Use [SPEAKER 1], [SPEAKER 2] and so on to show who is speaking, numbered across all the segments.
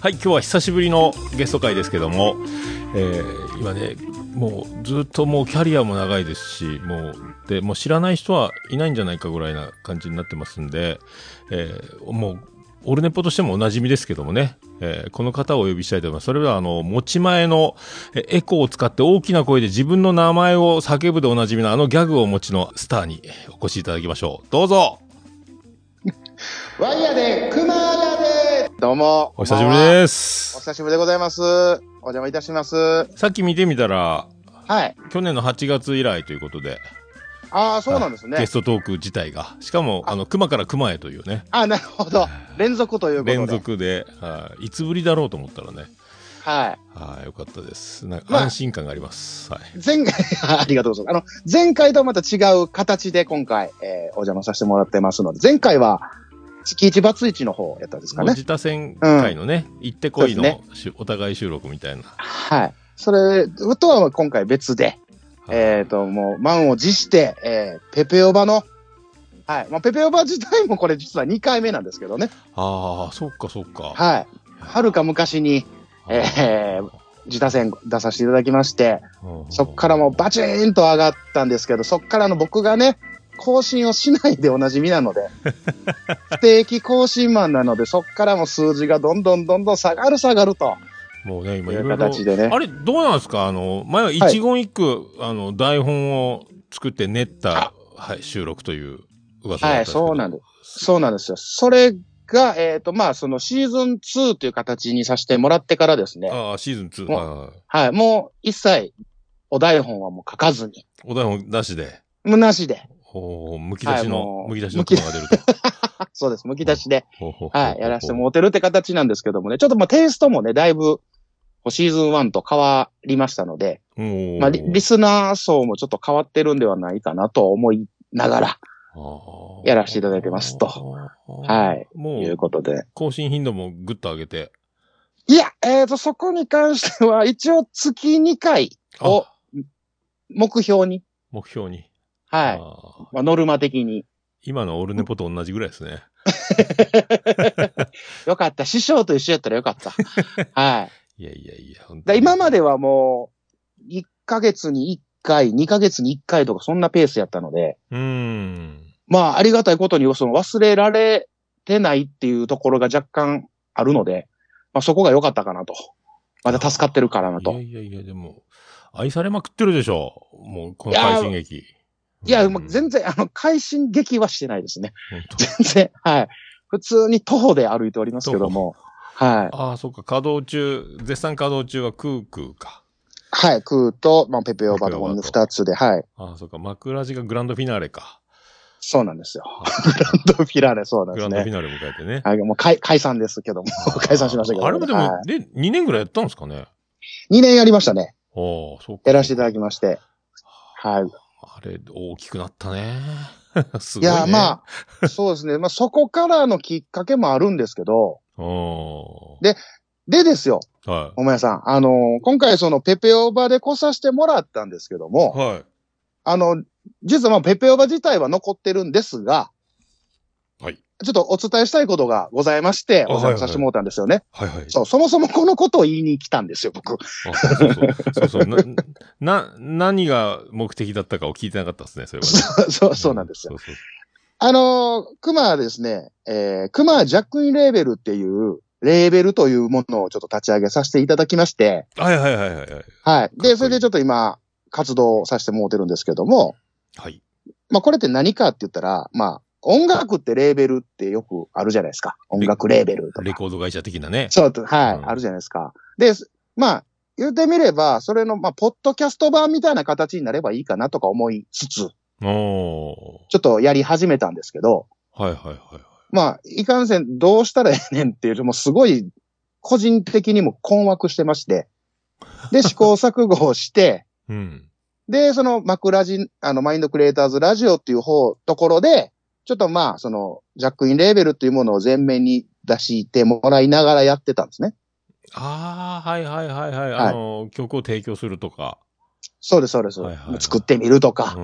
[SPEAKER 1] はい、今日は久しぶりのゲスト会ですけども、えー今ね、もうずっともうキャリアも長いですし、もう、で、もう知らない人はいないんじゃないかぐらいな感じになってますんで、えーもう、オルネポとしてもおなじみですけどもね、えーこの方をお呼びしたいと思います。それでは、あの、持ち前のえエコーを使って大きな声で自分の名前を叫ぶでおなじみのあのギャグをお持ちのスターにお越しいただきましょう。どうぞ
[SPEAKER 2] ワイヤーでクマーでどうも。
[SPEAKER 1] お久しぶり
[SPEAKER 2] す。
[SPEAKER 1] で
[SPEAKER 2] お
[SPEAKER 1] す。
[SPEAKER 2] 久しぶりでございます。お邪魔いたします。は
[SPEAKER 1] さっき見てみたら、
[SPEAKER 2] い。
[SPEAKER 1] 去年の8月以来ということで、
[SPEAKER 2] ああ、そうなんです
[SPEAKER 1] ゲ
[SPEAKER 2] ね
[SPEAKER 1] ス。トトーク自体が。しかも、あの、熊から熊へというね、
[SPEAKER 2] あなるほど。連続ということで。
[SPEAKER 1] 連。続で、はいいつぶりだろうと思ったらね、
[SPEAKER 2] は
[SPEAKER 1] はいよかったです。なんか
[SPEAKER 2] まあ
[SPEAKER 1] 安心感があります。はい。
[SPEAKER 2] い。前回、 ありがとうございます。あの、前回とはまた違う形で今回、えーお邪魔させてもらってますので、前回は、月一バツイチの方やったんですか
[SPEAKER 1] もう
[SPEAKER 2] ね。
[SPEAKER 1] 自他戦会のね、行ってこいの、
[SPEAKER 2] そう
[SPEAKER 1] しお互い収録みたいな。
[SPEAKER 2] はい。それとは今回別で、えっ、と、もう、満を持して、えーペペオバの、はい。まあ、ペペオバ自体もこれ実は2回目なんですけどね。
[SPEAKER 1] ああ、そっかそっか。
[SPEAKER 2] はい。はるか昔に、えー自他戦出させていただきまして、
[SPEAKER 1] うん
[SPEAKER 2] そっからもうバチーンと上がったんですけど、そっからの僕がね、更新をしないでおなじみなの で、不定期更新マンなので、そっからも数字がどんどんどんどん下がる下がると
[SPEAKER 1] もうね、今
[SPEAKER 2] い
[SPEAKER 1] いろ
[SPEAKER 2] う
[SPEAKER 1] いろ。
[SPEAKER 2] 形でね
[SPEAKER 1] あ。れ、どうなんですかあの、前は一言一句、あの、台本を作って練った、はい、収録という噂
[SPEAKER 2] はい、そうなんんです。そうなんですよ。それが、えっ、と、まあ、そのシーズン2という形にさせてもらってからですね、
[SPEAKER 1] ああ、シーズン2。
[SPEAKER 2] もう
[SPEAKER 1] はい
[SPEAKER 2] はい、もう一切お台本はもう書かずに、
[SPEAKER 1] お台本なしで、
[SPEAKER 2] もうなしで、
[SPEAKER 1] おむき出し
[SPEAKER 2] はい
[SPEAKER 1] の
[SPEAKER 2] も、う
[SPEAKER 1] むき出しの雲が出 ると。
[SPEAKER 2] あそうです、むき出しで、
[SPEAKER 1] ほうほうほうほう
[SPEAKER 2] はい、やらせてもらってるって形なんですけどもね、ちょっとまあテイストもね、だいぶ、こうシーズン1と変わりましたので、
[SPEAKER 1] おー
[SPEAKER 2] まあリ、リスナー層もちょっと変わってるんではないかなと思いながら、
[SPEAKER 1] あー
[SPEAKER 2] やらせていただいてますと。
[SPEAKER 1] は
[SPEAKER 2] はい、
[SPEAKER 1] い。も
[SPEAKER 2] いう
[SPEAKER 1] う、
[SPEAKER 2] ことで。
[SPEAKER 1] 更新頻度もぐっと上げて。
[SPEAKER 2] いや、えっ、と、そこに関しては、一応月2回
[SPEAKER 1] あ
[SPEAKER 2] を目標に、
[SPEAKER 1] 目標に。
[SPEAKER 2] はい、
[SPEAKER 1] あー
[SPEAKER 2] まあ、ノルマ的に、
[SPEAKER 1] 今のオルネポと同じぐらいですね。
[SPEAKER 2] よかった、師匠と一緒やったらよ かった。はい。
[SPEAKER 1] いやいやいや、本当
[SPEAKER 2] だ
[SPEAKER 1] に
[SPEAKER 2] 今まではもう、1ヶ月に1回、2ヶ月に1回とか、そんなペースやったので、
[SPEAKER 1] うーん。
[SPEAKER 2] まあ、ありがたいことに、その忘れられてないっていうところが若干あるので、まあ、そこが良かったかなと。まだ助かってるからないと。
[SPEAKER 1] やいやいや、でも、愛されまくってるでしょ。もう、この快進撃。
[SPEAKER 2] いや、
[SPEAKER 1] ん
[SPEAKER 2] もう全然、あの、快進撃はしてないですね。
[SPEAKER 1] 本当
[SPEAKER 2] 全然、はい。普通に徒歩で歩いておりますけども、はい。
[SPEAKER 1] ああ、そっか、稼働中、絶賛稼働中はクークーか。
[SPEAKER 2] はい、空と、まあ、ペペオバ
[SPEAKER 1] ペ
[SPEAKER 2] と
[SPEAKER 1] ペオバと
[SPEAKER 2] 二つで、はい。
[SPEAKER 1] ああ、そっか、枕地がグランドフィナーレか。
[SPEAKER 2] そうなんですよ。
[SPEAKER 1] あ
[SPEAKER 2] ドフィラーレ、そうなん
[SPEAKER 1] グ
[SPEAKER 2] で
[SPEAKER 1] ラ
[SPEAKER 2] す
[SPEAKER 1] ンドフィ
[SPEAKER 2] ね。
[SPEAKER 1] ナーレ迎えてね。
[SPEAKER 2] はい、もう解解散ですけども、解散しましたけど、
[SPEAKER 1] あれもでも、
[SPEAKER 2] は
[SPEAKER 1] で、2年ぐらいやったんですかね。あ
[SPEAKER 2] い、2年やりましたね。
[SPEAKER 1] あ、そっか。
[SPEAKER 2] やらせていただきまして。はい。
[SPEAKER 1] あれ、大きくなったね。 す
[SPEAKER 2] い
[SPEAKER 1] ごい、ね。
[SPEAKER 2] や、まあ、そうですね。まあ、そこからのきっかけもあるんですけど、
[SPEAKER 1] あ。お
[SPEAKER 2] でですよ、
[SPEAKER 1] は
[SPEAKER 2] おもやさん。あのー今回そのペペオバで来させてもらったんですけど
[SPEAKER 1] い。
[SPEAKER 2] も、
[SPEAKER 1] はい。
[SPEAKER 2] あの、実はまあ、ペペオバ自体は残ってるんですが、
[SPEAKER 1] はい。
[SPEAKER 2] ちょっとお伝えしたいことがございまして、
[SPEAKER 1] あ
[SPEAKER 2] お邪魔させてもらったんですよね。
[SPEAKER 1] はいはい。
[SPEAKER 2] そう、そもそもこのことを言いに来たんですよ、僕。
[SPEAKER 1] あそうそうそう。そうそう。な、な、何が目的だったかを聞いてなかったですね、それはね、
[SPEAKER 2] そう、そうなんです
[SPEAKER 1] そ
[SPEAKER 2] よ。
[SPEAKER 1] うそう
[SPEAKER 2] あのー、クマはですね、えー、クマジャックインレーベルっていう、レーベルというものをちょっと立ち上げさせていただきまして、
[SPEAKER 1] はいはいはいはいはい。
[SPEAKER 2] はい。
[SPEAKER 1] かっこいい
[SPEAKER 2] で、それでちょっと今、活動させてもうてるんですけども、
[SPEAKER 1] はい。
[SPEAKER 2] まあこれって何かって言ったら、まあ、音楽ってレーベルってよくあるじゃないですか。音楽レーベルと
[SPEAKER 1] レ
[SPEAKER 2] か。
[SPEAKER 1] コード会社的なね。
[SPEAKER 2] そうと、はい、
[SPEAKER 1] うん
[SPEAKER 2] あるじゃないですか。で、まあ、言ってみれば、それの、まあ、ポッドキャスト版みたいな形になればいいかなとか思いつつ、
[SPEAKER 1] お
[SPEAKER 2] ちょっとやり始めたんですけど、
[SPEAKER 1] ー。はいはいはいはい。
[SPEAKER 2] まあ、いかんせん、どうしたらええねんっていう、もうすごい、個人的にも困惑してまして、で、試行錯誤をして、
[SPEAKER 1] うん。
[SPEAKER 2] で、その、マクラジ、あの、マインドクリエイターズラジオっていう方、ところで、ちょっとまあ、その、ジャックインレーベルっていうものを前面に出してもらいながらやってたんですね。
[SPEAKER 1] ああ、はいはいはいはい。
[SPEAKER 2] はい
[SPEAKER 1] あの、曲を提供するとか。
[SPEAKER 2] そうです、そうです。
[SPEAKER 1] はいはいはい
[SPEAKER 2] 作ってみるとか
[SPEAKER 1] う。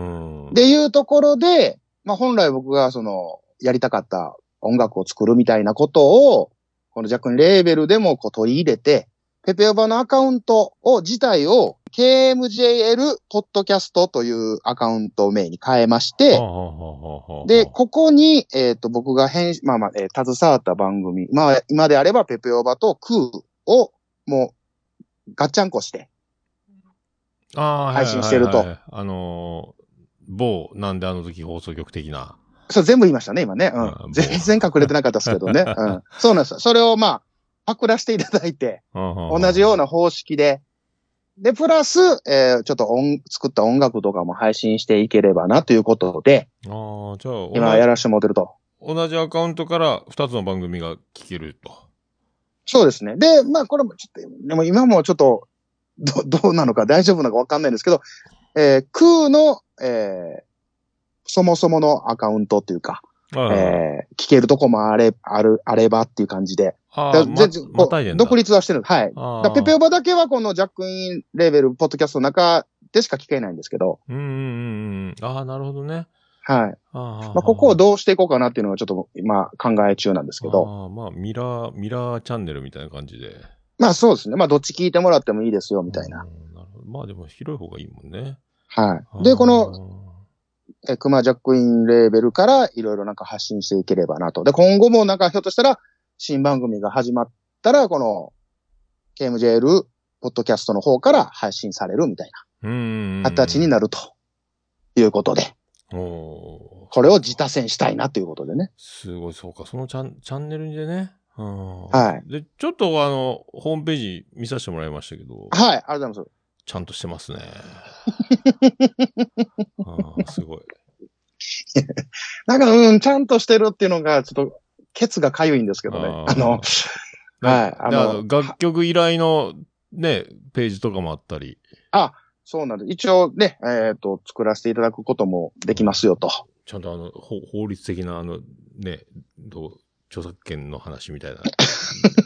[SPEAKER 1] ん。
[SPEAKER 2] でいうところで、まあ本来僕がその、やりたかった音楽を作るみたいなことを、ここの弱にレーベルでもこう取り入れて、ペペオバのアカウントを、自体を KMJL ポッドキャストというアカウント名に変えまして、
[SPEAKER 1] はあはあはあはあ
[SPEAKER 2] で、ここに、えっ、と、僕が編集、まあまあ、えー携わった番組、まあ、今であれば、ペペオバとクーを、もう、ガッチャンコして、
[SPEAKER 1] あーはい
[SPEAKER 2] 配信してると
[SPEAKER 1] はいはいはいあのー某なんであの時放送局的な。
[SPEAKER 2] そう、全部言いましたね、今ね。う。
[SPEAKER 1] ああもうん
[SPEAKER 2] 全然隠れてなかったですけ どね。うん。そうなんですよ。それを、まあ、パクらせていただいて、
[SPEAKER 1] 同
[SPEAKER 2] 同じような方式で、で、プラス、えーちょっと音、作った音楽とかも配信していければな、ということで、
[SPEAKER 1] ああ、じゃあ、
[SPEAKER 2] 今やらせてもらってると。
[SPEAKER 1] 同じアカウントから2つの番組が聞けると。
[SPEAKER 2] そうですね。で、まあ、これもちょっと、でも今もちょっと、ど、 どうなのか大丈夫なのかわかんないんですけど、えー、空の、えー、そもそものアカウントっていうか、
[SPEAKER 1] はいはいはい
[SPEAKER 2] えー、聞けるとこもあれ、ある、あればっていう感じで。
[SPEAKER 1] あ
[SPEAKER 2] だ
[SPEAKER 1] ーま
[SPEAKER 2] 全然こう
[SPEAKER 1] またいでんだ。
[SPEAKER 2] 独立はしてる。はい。
[SPEAKER 1] あ
[SPEAKER 2] だ
[SPEAKER 1] ー。
[SPEAKER 2] からペペオバだけはこのジャックインレーベル、ポッドキャストの中でしか聞けないんですけど、
[SPEAKER 1] うんうんうんうん。ああ、なるほどね。
[SPEAKER 2] はい。
[SPEAKER 1] あー
[SPEAKER 2] まあ、ここをどうしていこうかなっていうのはちょっと今考え中なんですけど、
[SPEAKER 1] あーまあ、ミラー、ミラーチャンネルみたいな感じで。
[SPEAKER 2] まあそうですね。まあどっち聞いてもらってもいいですよ、みたいな
[SPEAKER 1] う。ん。なるほどまあでも広い方がいいもんね。
[SPEAKER 2] はい。で、この
[SPEAKER 1] の、
[SPEAKER 2] えー、クマジャックインレーベルからいろいろなんか発信していければなと。で、今後もなんかひょっとしたら新番組が始まったら、この KMJL ポッドキャストの方から配信されるみたい
[SPEAKER 1] うんうんうん。
[SPEAKER 2] な形になるということで、
[SPEAKER 1] おー
[SPEAKER 2] これを自他戦したいなということでね。
[SPEAKER 1] すごい、そうか。そのチャンチャンネルでね。うん
[SPEAKER 2] はい。
[SPEAKER 1] で、ちょっとあの、ホームページ見させてもらいましたけど、
[SPEAKER 2] はい、ありがとうございます。
[SPEAKER 1] ちゃんとして ますね。あーすごい。
[SPEAKER 2] なんか、うん、ちゃんとしてるっていうのが、ちょっと、ケツがかゆいんですけどね。あ
[SPEAKER 1] ー
[SPEAKER 2] の、、
[SPEAKER 1] な
[SPEAKER 2] はいあ
[SPEAKER 1] で
[SPEAKER 2] の
[SPEAKER 1] あの楽曲依頼のね、ページとかもあったり、
[SPEAKER 2] そうなんです。一応ね、えっ、と、作らせていただくこともできますよと。
[SPEAKER 1] ちゃんとあの、ほ法律的なあの、ね、どう著作権の話みたい な、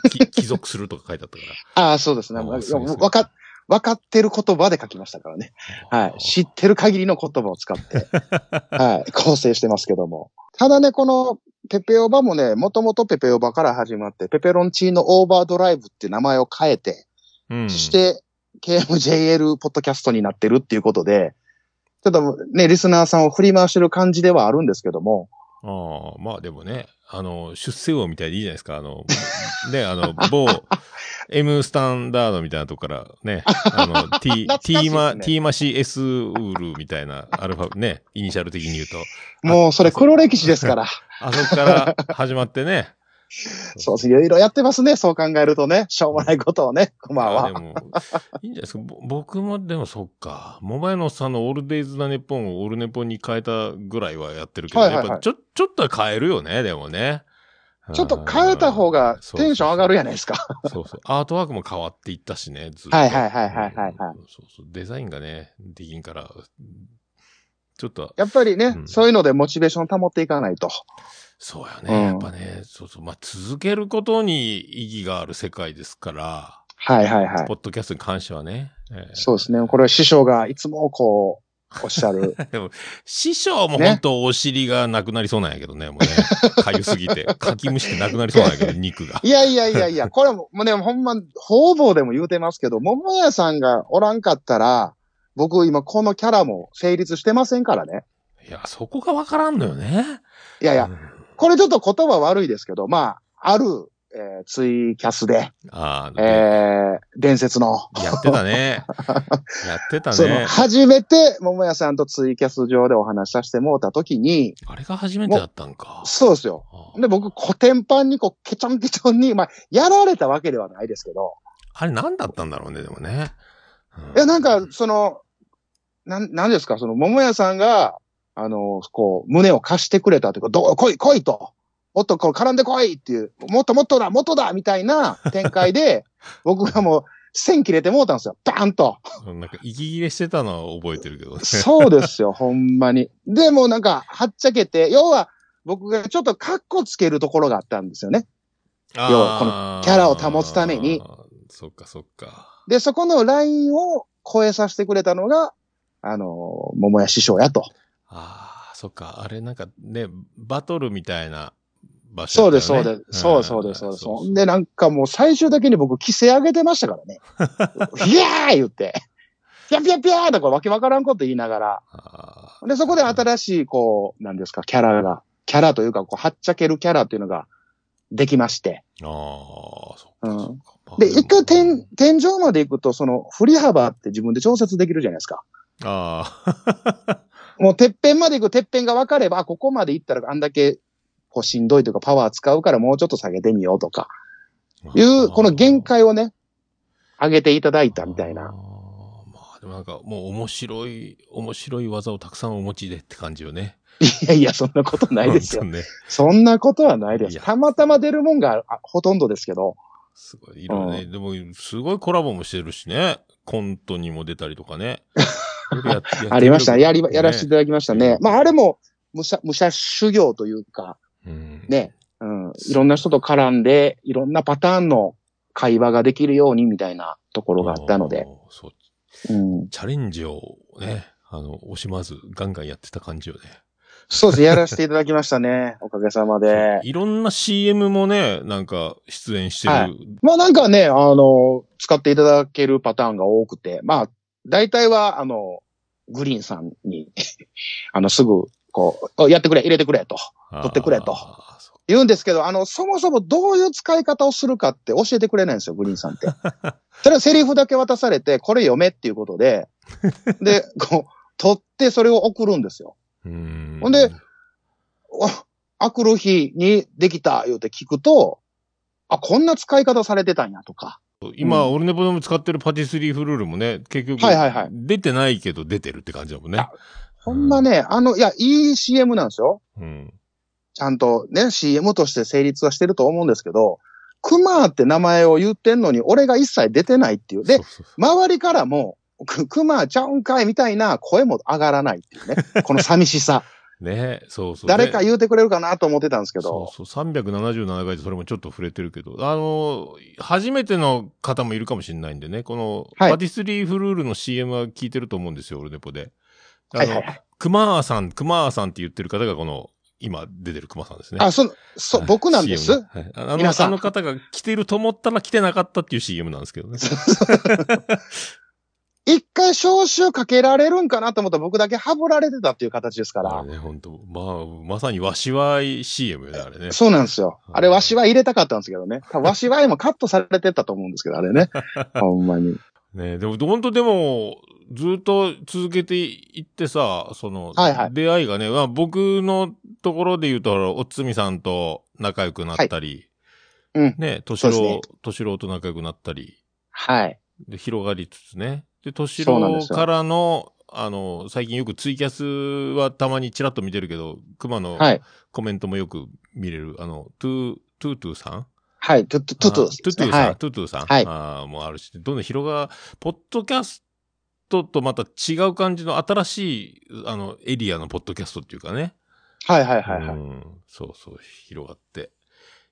[SPEAKER 1] き帰属するとか書いてあったか
[SPEAKER 2] ああ、そうですね。
[SPEAKER 1] あー
[SPEAKER 2] わ
[SPEAKER 1] そうですね
[SPEAKER 2] わか、わかってる言葉で書きましたからね。
[SPEAKER 1] ら。
[SPEAKER 2] はい。知ってる限りの言葉を使 って、はい。構成してますけども。ただね、この、ペペオバもね、もともとペペオバから始まって、ペペロンチーノオーバードライブって名前を変えて、
[SPEAKER 1] うん、
[SPEAKER 2] そし、て、KMJL ポッドキャストになってるっていうことで、ちょっとね、リスナーさんを振り回してる感じではあるんですけども、
[SPEAKER 1] ああ、まあでもね、あの、出世王みたいでいいじゃないですか。あ の、ね、あの、某、M スタンダードみたいなとこからね、あ の、T
[SPEAKER 2] 懐か、しい
[SPEAKER 1] T マ、
[SPEAKER 2] ですね
[SPEAKER 1] T マシ S ウールみたいな、アルファ、ね、イニシャル的に言うと、
[SPEAKER 2] もうそれ黒歴史で すから、
[SPEAKER 1] あそこから始まってね。
[SPEAKER 2] そうです。いろいろやってますね、そう考えるとね、しょうもないことをね、こんばん
[SPEAKER 1] あ
[SPEAKER 2] は
[SPEAKER 1] で。も、いいんじゃないですか。ぼ僕もでもそっか。モバイのさんのオールデイズなネポンをオールネポンに変えたぐらいはやってるけど、
[SPEAKER 2] はいはいはい
[SPEAKER 1] やっぱちょ、ちょっとは変えるよね、でもね。
[SPEAKER 2] ちょっと変えた方がテンション上がるやないですか。
[SPEAKER 1] そうそうそう。アートワークも変わっていったしね、ずっと。
[SPEAKER 2] はいはいはいはいはいはい
[SPEAKER 1] うんそうそう。デザインがね、できんから、ちょっと、
[SPEAKER 2] やっぱりね、
[SPEAKER 1] うん
[SPEAKER 2] そういうのでモチベーション保っていかないと。
[SPEAKER 1] そうや
[SPEAKER 2] うん
[SPEAKER 1] ね。やっぱね、そうそう。まあ、続けることに意義がある世界ですから、
[SPEAKER 2] はいはいはい
[SPEAKER 1] ポ。ッドキャストに関してはね。えー
[SPEAKER 2] そうですね。これは師匠がいつもこう、おっしゃ る。
[SPEAKER 1] 師匠も
[SPEAKER 2] ね
[SPEAKER 1] 本当お尻がなくなりそうなんやけどね、もうね。かゆすぎ て。かきむしてなくなりそうなんやけど、肉が。
[SPEAKER 2] いやいやいやいや、これも、もうね、ほんま、方々でも言うてますけど、桃屋さんがおらんかったら、僕今このキャラも成立してませんからね。
[SPEAKER 1] いや、そこがわからんのよね。
[SPEAKER 2] いやいや
[SPEAKER 1] う、ん
[SPEAKER 2] これちょっと言葉悪いですけど、まあ、ある、えーツイキャスで、
[SPEAKER 1] ああ、
[SPEAKER 2] えー伝説の、
[SPEAKER 1] やってたね。やってた
[SPEAKER 2] その、
[SPEAKER 1] ね。
[SPEAKER 2] 初めて桃屋さんとツイキャス上でお話しさせてもうたときに、
[SPEAKER 1] あれが初めてだったんか。
[SPEAKER 2] そうですよ。
[SPEAKER 1] ああ
[SPEAKER 2] で、僕、コテンパンにこう、ケチョンケチョンに、まあ、やられたわけではないですけど、
[SPEAKER 1] あれ何だったんだろうね、でもね。う
[SPEAKER 2] いや、なんか、、その、なん、なんですか、その、桃屋さんが、あの、こう、胸を貸してくれたというか、どう、来い、来いと。もっとこう、絡んでこいっていう、もっともっとだ、もっとだみたいな展 開で、僕がもう、線切れてもうたんですよ。バーンと。
[SPEAKER 1] なんか息切れしてたのは覚えてるけどね。
[SPEAKER 2] そうですよ、ほんまに。でもうなんか、はっちゃけて、要は、僕がちょっとカッコつけるところがあったんですよね。
[SPEAKER 1] ああ
[SPEAKER 2] 要はこのキャラを保つために。
[SPEAKER 1] そっかそっか。
[SPEAKER 2] で、そこのラインを超えさせてくれたのが、あの、桃屋師匠やと。
[SPEAKER 1] ああ、そっか。あれなんかね、バトルみたいな、場所
[SPEAKER 2] そう
[SPEAKER 1] だ
[SPEAKER 2] で
[SPEAKER 1] っ
[SPEAKER 2] す、
[SPEAKER 1] た
[SPEAKER 2] そ
[SPEAKER 1] よね、
[SPEAKER 2] うです。そうそうです、そ
[SPEAKER 1] あ
[SPEAKER 2] う
[SPEAKER 1] ー
[SPEAKER 2] です。ほんで、なんかもう最終的に僕、規制上げてました からね。ヒヤー言って。ピャピャピャーとかわけわからんこと言いながら。
[SPEAKER 1] あー
[SPEAKER 2] で、そこで新しい、こう、なんですか、キャラが、キャラというか、こう、はっちゃけるキャラっていうのが、できまして。
[SPEAKER 1] あー、そっ
[SPEAKER 2] う
[SPEAKER 1] か
[SPEAKER 2] ん
[SPEAKER 1] そっか。まあ
[SPEAKER 2] で、一回
[SPEAKER 1] も
[SPEAKER 2] 天、天井まで行くと、その、振り幅って自分で調節できるじゃないですか。
[SPEAKER 1] ああ、
[SPEAKER 2] もう、てっぺんまで行く、てっぺんが分かれば、あここまで行ったら、あんだけ、こう、しんどいというか、パワー使うから、もうちょっと下げてみようとか、いう、この限界をね、上げていただいたみた
[SPEAKER 1] あ
[SPEAKER 2] い
[SPEAKER 1] ー
[SPEAKER 2] な。
[SPEAKER 1] まあでもなんかもう面白い、面白い技をたくさんお持ちでって感じよね。
[SPEAKER 2] いやいや、そんなことないですよ。
[SPEAKER 1] 本当ね。
[SPEAKER 2] そんなことはないで
[SPEAKER 1] い
[SPEAKER 2] す。
[SPEAKER 1] や
[SPEAKER 2] たまたま出るもんがあほとんどですけど、
[SPEAKER 1] すごい、いろいろね。でも、すごいコラボもしてるしね。コントにも出たりとかね。 よくや
[SPEAKER 2] ありました。やり、やらせてい
[SPEAKER 1] ね
[SPEAKER 2] ただきましたね。まあ、あれも、武者、武者修行というか、
[SPEAKER 1] うん
[SPEAKER 2] ね、うん、いろんな人と絡んで、いろんなパターンの会話ができるようにみたいなところがあったので、。
[SPEAKER 1] おーそう。
[SPEAKER 2] うん、
[SPEAKER 1] チャレンジをね、あの、惜しまず、ガンガンやってた感じよね。
[SPEAKER 2] そうですね、やらせていただきましたね、 おかげさまで。
[SPEAKER 1] いろんな CM もね、なんか出演してる。
[SPEAKER 2] はいまあなんかね、あの、使っていただけるパターンが多くて、まあ、大体は、あの、グリーンさんに、 あの、すぐ、こう、おやってくれ、入れてくれ、と
[SPEAKER 1] あー
[SPEAKER 2] 撮ってくれと
[SPEAKER 1] そ
[SPEAKER 2] 言うんですけど、あの、そもそもどういう使い方をするかって教えてくれないんですよ、グリーンさんって。それはセリフだけ渡されて、これ読めっていうことで、で、こう、取ってそれを送るんですよ。
[SPEAKER 1] ううん。
[SPEAKER 2] ほんで、おあくる日にできた、言うて聞くと、あ、こんな使い方されてたんや、とか。
[SPEAKER 1] 今、
[SPEAKER 2] う
[SPEAKER 1] オルネポでも使ってるパティスリーフルールもね、結局、
[SPEAKER 2] はいはいはい
[SPEAKER 1] 出てないけど出てるって感じだもんね
[SPEAKER 2] あ。ほんまね、あの、いや、いい CM なんですよ。
[SPEAKER 1] うん。
[SPEAKER 2] ちゃんとね、CM として成立はしてると思うんですけど、クマって名前を言ってんのに、俺が一切出てないっていう。で
[SPEAKER 1] そう、そうそう
[SPEAKER 2] 周りからも、くクマちゃうんかいみたいな声も上がらないっていう ね。この寂しさ。
[SPEAKER 1] ねそうそう。
[SPEAKER 2] 誰か
[SPEAKER 1] う
[SPEAKER 2] 言うてくれるかなと思ってたんですけど。
[SPEAKER 1] そうそう。377回でそれもちょっと触れてるけど、あのー初めての方もいるかもしれないんでね、この、
[SPEAKER 2] はい
[SPEAKER 1] パティスリーフルールの CM は聞いてると思うんですよ、オルネポで。あの、
[SPEAKER 2] はいはいはい。
[SPEAKER 1] クマーさん、クマーさんって言ってる方がこの、今出てるクマさんですね。
[SPEAKER 2] あ、そ、そ、
[SPEAKER 1] はい
[SPEAKER 2] 僕なんです。
[SPEAKER 1] CM ねはいあの、
[SPEAKER 2] 皆さん
[SPEAKER 1] あの方が来てると思ったら来てなかったっていう CM なんですけどね。
[SPEAKER 2] 一回招集かけられるんかなと思ったら僕だけハブられてたっていう形ですか
[SPEAKER 1] あ
[SPEAKER 2] ら
[SPEAKER 1] れ。ね、本当まあ、まさにわしわい CM よね、あれね。
[SPEAKER 2] そうなんですよ。
[SPEAKER 1] うん
[SPEAKER 2] あれ、わしは入れたかったんですけどね。多分わしはもカットされてたと思うんですけど、あ れね。ほんまに。
[SPEAKER 1] ねでも、本当でも、ずっと続けていってさ、その、
[SPEAKER 2] はいはい
[SPEAKER 1] 出会いがね、まあ、僕のところで言うと、おつみさんと仲良くなったり、
[SPEAKER 2] はいうん
[SPEAKER 1] ね、とし
[SPEAKER 2] そうです
[SPEAKER 1] ろ
[SPEAKER 2] ね、
[SPEAKER 1] としろと仲良くなったり、
[SPEAKER 2] はい。
[SPEAKER 1] で、広がりつつね。で、敏
[SPEAKER 2] そうなんで
[SPEAKER 1] 郎
[SPEAKER 2] すよ
[SPEAKER 1] からの、あの、最近よくツイキャスはたまにちらっと見てるけど、熊の
[SPEAKER 2] はい。
[SPEAKER 1] コメントもよく見れる、あの、トゥー、トゥートゥーさん
[SPEAKER 2] はい。トゥトゥトゥトゥ
[SPEAKER 1] あトゥトゥさん、
[SPEAKER 2] はい。
[SPEAKER 1] トゥトゥさん。
[SPEAKER 2] はい
[SPEAKER 1] ああ、もうあるし、どんどん広が、ポッドキャストとまた違う感じの新しい、あの、エリアのポッドキャストっていうかね。
[SPEAKER 2] はいはいはいは
[SPEAKER 1] う
[SPEAKER 2] い。
[SPEAKER 1] ん。そうそう、広がって、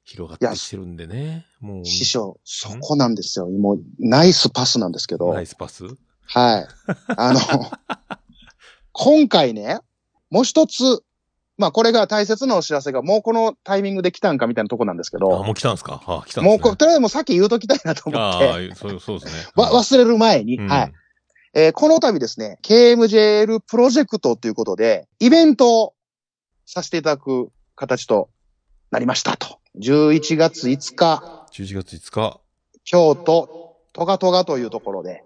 [SPEAKER 1] 広がっ
[SPEAKER 2] いや
[SPEAKER 1] てしてるんでね。もう、
[SPEAKER 2] 師匠、そこなんですよ。もう、ナイスパスなんですけど。
[SPEAKER 1] ナ
[SPEAKER 2] はい
[SPEAKER 1] イ。スパス
[SPEAKER 2] あの、今回ね、もう一つ、まあこれが大切なお知らせが、もうこのタイミングで来たんかみたいなとこなんですけ
[SPEAKER 1] あ、
[SPEAKER 2] ど、
[SPEAKER 1] もう来たんすかあ、来たんすね
[SPEAKER 2] もうこ、とりあえずもうさっき言うときたいなと思っ
[SPEAKER 1] あ
[SPEAKER 2] て、
[SPEAKER 1] あ、そうそうですね。
[SPEAKER 2] わ忘れる前に、
[SPEAKER 1] うん
[SPEAKER 2] はい。。えーこの度ですね、KMJL プロジェクトということで、イベントをさせていただく形となりましたと。11月5日、
[SPEAKER 1] 11月5日、
[SPEAKER 2] 京都、トガトガというところで、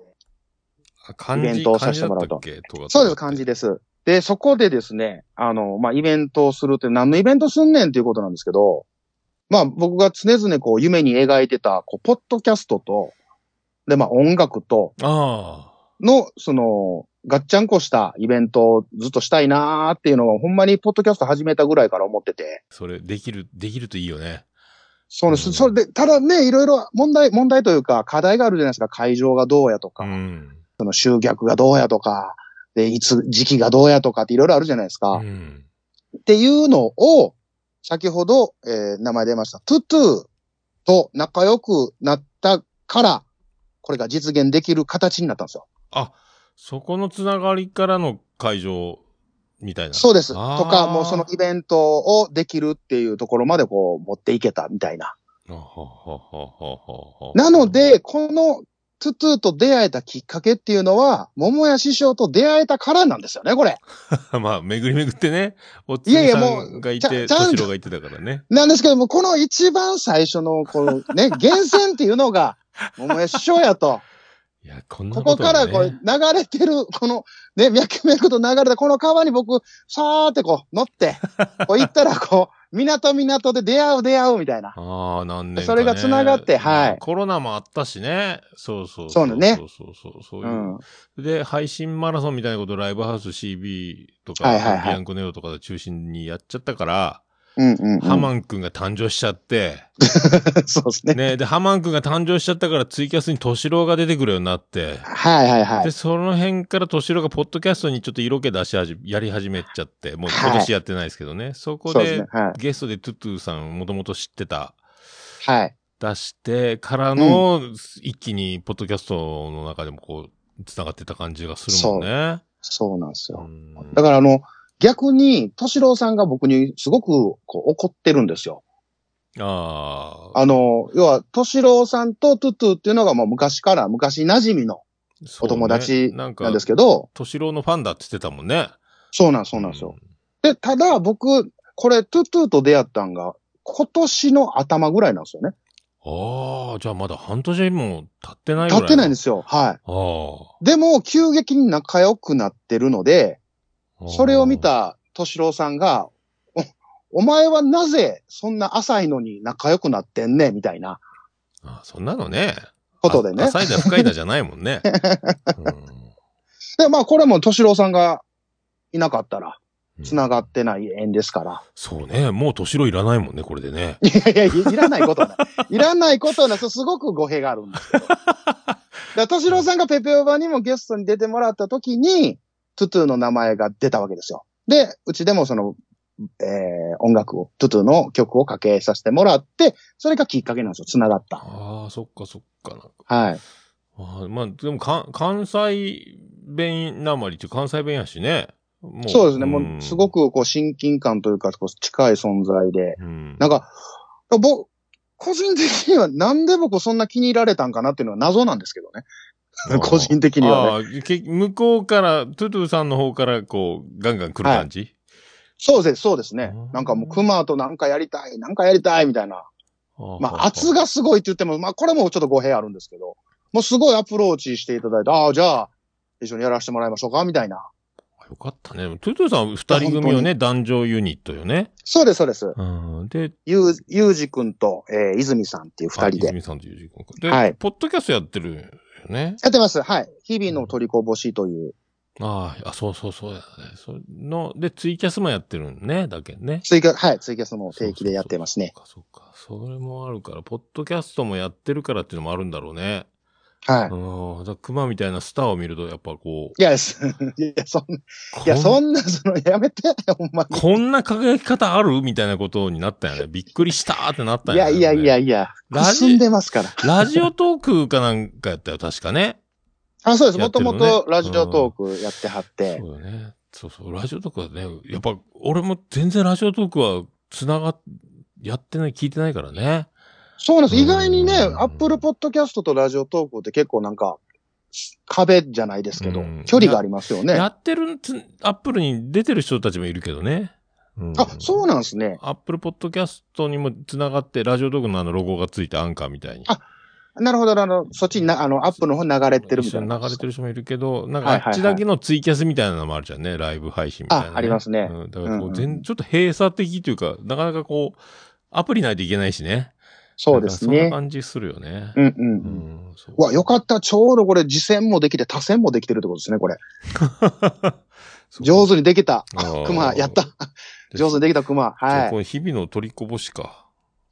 [SPEAKER 1] あ漢字、
[SPEAKER 2] イベントをさせてもらうと
[SPEAKER 1] 漢字だったっけ
[SPEAKER 2] そうです、漢字。です。で、そこでですね、あの、まあ、イベントをするって、何のイベントすんねんっていうことなんですけど、まあ、僕が常々こう、夢に描いてた、こう、ポッドキャストと、で、まあ、音楽と、
[SPEAKER 1] あ
[SPEAKER 2] の、その、ガッチャンコしたイベントをずっとしたいなーっていうのは、ほんまにポッドキャスト始めたぐらいから思ってて。
[SPEAKER 1] あ、それ、できる、できるといいよね。
[SPEAKER 2] そうで
[SPEAKER 1] うん
[SPEAKER 2] す。それで、ただね、いろいろ問題、問題というか、課題があるじゃないですか。会場がどうやとか、
[SPEAKER 1] うん。
[SPEAKER 2] その集客がどうやとか、で、いつ、時期がどうやとかっていろいろあるじゃないですか。
[SPEAKER 1] う
[SPEAKER 2] っ
[SPEAKER 1] ん。
[SPEAKER 2] ていうのを、先ほど、えー名前出ました、トゥトゥと仲良くなったから、これが実現できる形になったんですよ。
[SPEAKER 1] あ、そこのつながりからの会場みたいな。
[SPEAKER 2] そうです。と
[SPEAKER 1] あー
[SPEAKER 2] か、もうそのイベントをできるっていうところまでこう持っていけたみたいな。
[SPEAKER 1] あははははは
[SPEAKER 2] なの、で、このトゥトゥと出会えたきっかけっていうのは、桃屋師匠と出会えたからなんですよね、これ。
[SPEAKER 1] まあ、巡り巡ってね、おつ
[SPEAKER 2] いやい
[SPEAKER 1] み
[SPEAKER 2] や
[SPEAKER 1] さ
[SPEAKER 2] もうん
[SPEAKER 1] がい
[SPEAKER 2] ち
[SPEAKER 1] て、
[SPEAKER 2] ゃちゃんと
[SPEAKER 1] としろがいてたからね。
[SPEAKER 2] なんですけども、この一番最初の、この ね、源泉っていうのが、桃屋師匠やと。
[SPEAKER 1] いや、こんな
[SPEAKER 2] こ
[SPEAKER 1] こ
[SPEAKER 2] ことか
[SPEAKER 1] はね、
[SPEAKER 2] らこう流れてる、このね、脈々と流れたこの川に僕、さーってこう乗って、 こう行ったらこう、港港で出会う出会うみたいな。
[SPEAKER 1] ああ、何年か、ね。
[SPEAKER 2] それが繋がってはい
[SPEAKER 1] コロナもあったしね。そうそう
[SPEAKER 2] そうね
[SPEAKER 1] そうそうそうそう
[SPEAKER 2] う
[SPEAKER 1] いう、
[SPEAKER 2] ん。
[SPEAKER 1] で、配信マラソンみたいなこと、ライブハウス CB とか、
[SPEAKER 2] はいはいは
[SPEAKER 1] ビ
[SPEAKER 2] い
[SPEAKER 1] アンコネオとかを中心にやっちゃったから、
[SPEAKER 2] うんうん、うん。
[SPEAKER 1] ハマンくんが誕生しちゃって、
[SPEAKER 2] そうですね。
[SPEAKER 1] ね、で、ハマンくんが誕生しちゃったから、ツイキャスに敏郎が出てくるようになって、
[SPEAKER 2] はいはいは
[SPEAKER 1] で、
[SPEAKER 2] い。
[SPEAKER 1] その辺から敏郎がポッドキャストにちょっと色気出し始め、やり始めちゃって、もう今年やってないですけどね。そこ
[SPEAKER 2] そうです
[SPEAKER 1] で、
[SPEAKER 2] ね。は
[SPEAKER 1] ゲストでトゥトゥさんもともと知ってた
[SPEAKER 2] い。はい。
[SPEAKER 1] 出してからの、一気にポッドキャストの中でもこう、繋がってた感じがするもんね。
[SPEAKER 2] そうなんですよ。
[SPEAKER 1] うん
[SPEAKER 2] だからあの、逆に、敏郎さんが僕にすごくこう怒ってるんですよ。
[SPEAKER 1] ああ、
[SPEAKER 2] あの、要は、敏郎さんとトゥトゥっていうのがもう昔から、昔馴染みの
[SPEAKER 1] そ
[SPEAKER 2] お
[SPEAKER 1] うね
[SPEAKER 2] 友達
[SPEAKER 1] なん
[SPEAKER 2] な
[SPEAKER 1] か
[SPEAKER 2] んで、すけど、
[SPEAKER 1] 敏郎のファンだって言ってたもんね。
[SPEAKER 2] そうなんそうなんですよ。で、ただ僕、これ、トゥトゥと出会ったんが、今年の頭ぐらいなんですよね。
[SPEAKER 1] うん。ああ、じゃあまだ半年も経ってないぐらい。。
[SPEAKER 2] 経ってないんですすよ。は
[SPEAKER 1] ああ
[SPEAKER 2] い。でも、急激に仲良くなってるので、
[SPEAKER 1] ああ。
[SPEAKER 2] それを見た敏郎さんが、おお前はなぜそんな浅いのに仲良くなってんねみたいな
[SPEAKER 1] あ。そんなのね。
[SPEAKER 2] ことでね
[SPEAKER 1] あ。浅いだ深いだじゃないもん ね。うん
[SPEAKER 2] で、まあこれも敏郎さんがいなかったら
[SPEAKER 1] うん
[SPEAKER 2] 繋がってない縁ですから。
[SPEAKER 1] そうね。もう敏郎いらないもんね、これでね。
[SPEAKER 2] いやいや、いいらないことはない。いらないことはない。そうすごく語弊があるんですけど。 だから、敏郎さんがペペオバにもゲストに出てもらった時に、トゥトゥの名前が出たわけですよ。で、うちでもその、えー、音楽を、トゥトゥの曲をかけさせてもらって、それがきっかけなんですよ。繋がった。
[SPEAKER 1] ああ、そっかそっか。なんか
[SPEAKER 2] はい。
[SPEAKER 1] あーまあ、でもか、関西弁なまりっていう関西弁やしね。も
[SPEAKER 2] そうですね。もう、すご。くこう、親近感というか、こう近い存在で。
[SPEAKER 1] うん。
[SPEAKER 2] なんか、僕、個人的にはなんで僕そんな気に入られたんかなっていうのは謎なんですけど
[SPEAKER 1] う
[SPEAKER 2] ね。
[SPEAKER 1] ん
[SPEAKER 2] 個人的にはね。
[SPEAKER 1] あーけ向こうから、トゥトゥさんの方から、こう、ガンガン来る感じ、
[SPEAKER 2] そうです、そうですね
[SPEAKER 1] うん。
[SPEAKER 2] なんかもう熊となんかやりたい、なんかやりたいみたいな。まあ圧がすごいって言っても、まあこれもちょっと語弊あるんですけど、もうすごいアプローチしていただいて、ああ、じゃあ、一緒にやらせてもらいましょうか、みたいな。
[SPEAKER 1] よかったね。でもトゥトゥさんは二人組よね、男女ユニットよね。
[SPEAKER 2] そうです、そうです。
[SPEAKER 1] うん。で、
[SPEAKER 2] ゆう、ゆうじくんと、えー、泉さんっていう二人
[SPEAKER 1] あ
[SPEAKER 2] で。
[SPEAKER 1] 泉さんという時間か。で、
[SPEAKER 2] はい
[SPEAKER 1] ポッドキャストやってるよね。
[SPEAKER 2] やってます。はい。日々の取りこぼしという、
[SPEAKER 1] あーあ、そうそうそうだね。その、で、ツイキャスもやってるんね、だけね。
[SPEAKER 2] 追加、はい、追加その定期でやってますね。
[SPEAKER 1] そうそうそう。そうか、そうか。それもあるから、ポッドキャストもやってるからっていうのもあるんだろうね。
[SPEAKER 2] はい。
[SPEAKER 1] うん。だから熊みたいなスターを見ると、やっぱこう。
[SPEAKER 2] いや、ですいや、そんな、いや、そんな、その、やめて、ほんまに。
[SPEAKER 1] こんな輝き方あるみたいなことになったよね。びっくりしたーってなった
[SPEAKER 2] い
[SPEAKER 1] よ
[SPEAKER 2] や
[SPEAKER 1] ね。
[SPEAKER 2] いやいや。いや、
[SPEAKER 1] ラジ
[SPEAKER 2] 進んでますから。
[SPEAKER 1] ラジオトークかなんかやったよ、確かね。
[SPEAKER 2] あ、そうです。
[SPEAKER 1] や
[SPEAKER 2] も
[SPEAKER 1] って
[SPEAKER 2] と
[SPEAKER 1] るの
[SPEAKER 2] も
[SPEAKER 1] ね
[SPEAKER 2] とラジオトークやってはって。
[SPEAKER 1] そうよね。そうそう。ラジオトークはね、やっぱ、俺も全然ラジオトークは、つながっ、やってない、聞いてないからね。
[SPEAKER 2] そうなんです。意外にね、
[SPEAKER 1] うん
[SPEAKER 2] アップルポッドキャストとラジオトークって結構なんか、壁じゃないですけど
[SPEAKER 1] うん、
[SPEAKER 2] 距離がありますよね。
[SPEAKER 1] や
[SPEAKER 2] あ、
[SPEAKER 1] ってるつ、アップルに出てる人たちもいるけどね。うん
[SPEAKER 2] そうなんですね。
[SPEAKER 1] アップルポッドキャストにもつながって、ラジオトークのあのロゴがついたアンカーみたいに。
[SPEAKER 2] あなるほど、あの、そっちにな、あの、アップの方に流れてるみたい
[SPEAKER 1] 一緒
[SPEAKER 2] な。
[SPEAKER 1] に流れて
[SPEAKER 2] る。
[SPEAKER 1] る人もいるけど、なん
[SPEAKER 2] は
[SPEAKER 1] か
[SPEAKER 2] いはい
[SPEAKER 1] あ
[SPEAKER 2] はい
[SPEAKER 1] っちだけのツイキャスみたいなのもあるじゃんね、ライブ配信みたいな、ね。
[SPEAKER 2] あありますね
[SPEAKER 1] うん、だからこ
[SPEAKER 2] うんう
[SPEAKER 1] う、
[SPEAKER 2] ん
[SPEAKER 1] 全、ちょっと閉鎖的というか、なかなかこう、アプリないといけないしね。
[SPEAKER 2] そうです
[SPEAKER 1] なんかそん
[SPEAKER 2] ね
[SPEAKER 1] な。感じするよね。
[SPEAKER 2] うんうんう。
[SPEAKER 1] うんん。そう
[SPEAKER 2] わ、よかった。ちょうどこれ、次戦もできて、他戦もできてるってことですね、これ。
[SPEAKER 1] そう
[SPEAKER 2] 上手にできた。
[SPEAKER 1] あー
[SPEAKER 2] 熊、やった。
[SPEAKER 1] で
[SPEAKER 2] 上手にできた熊。
[SPEAKER 1] そ
[SPEAKER 2] は
[SPEAKER 1] う
[SPEAKER 2] い
[SPEAKER 1] こ。れ日々の取りこぼしか。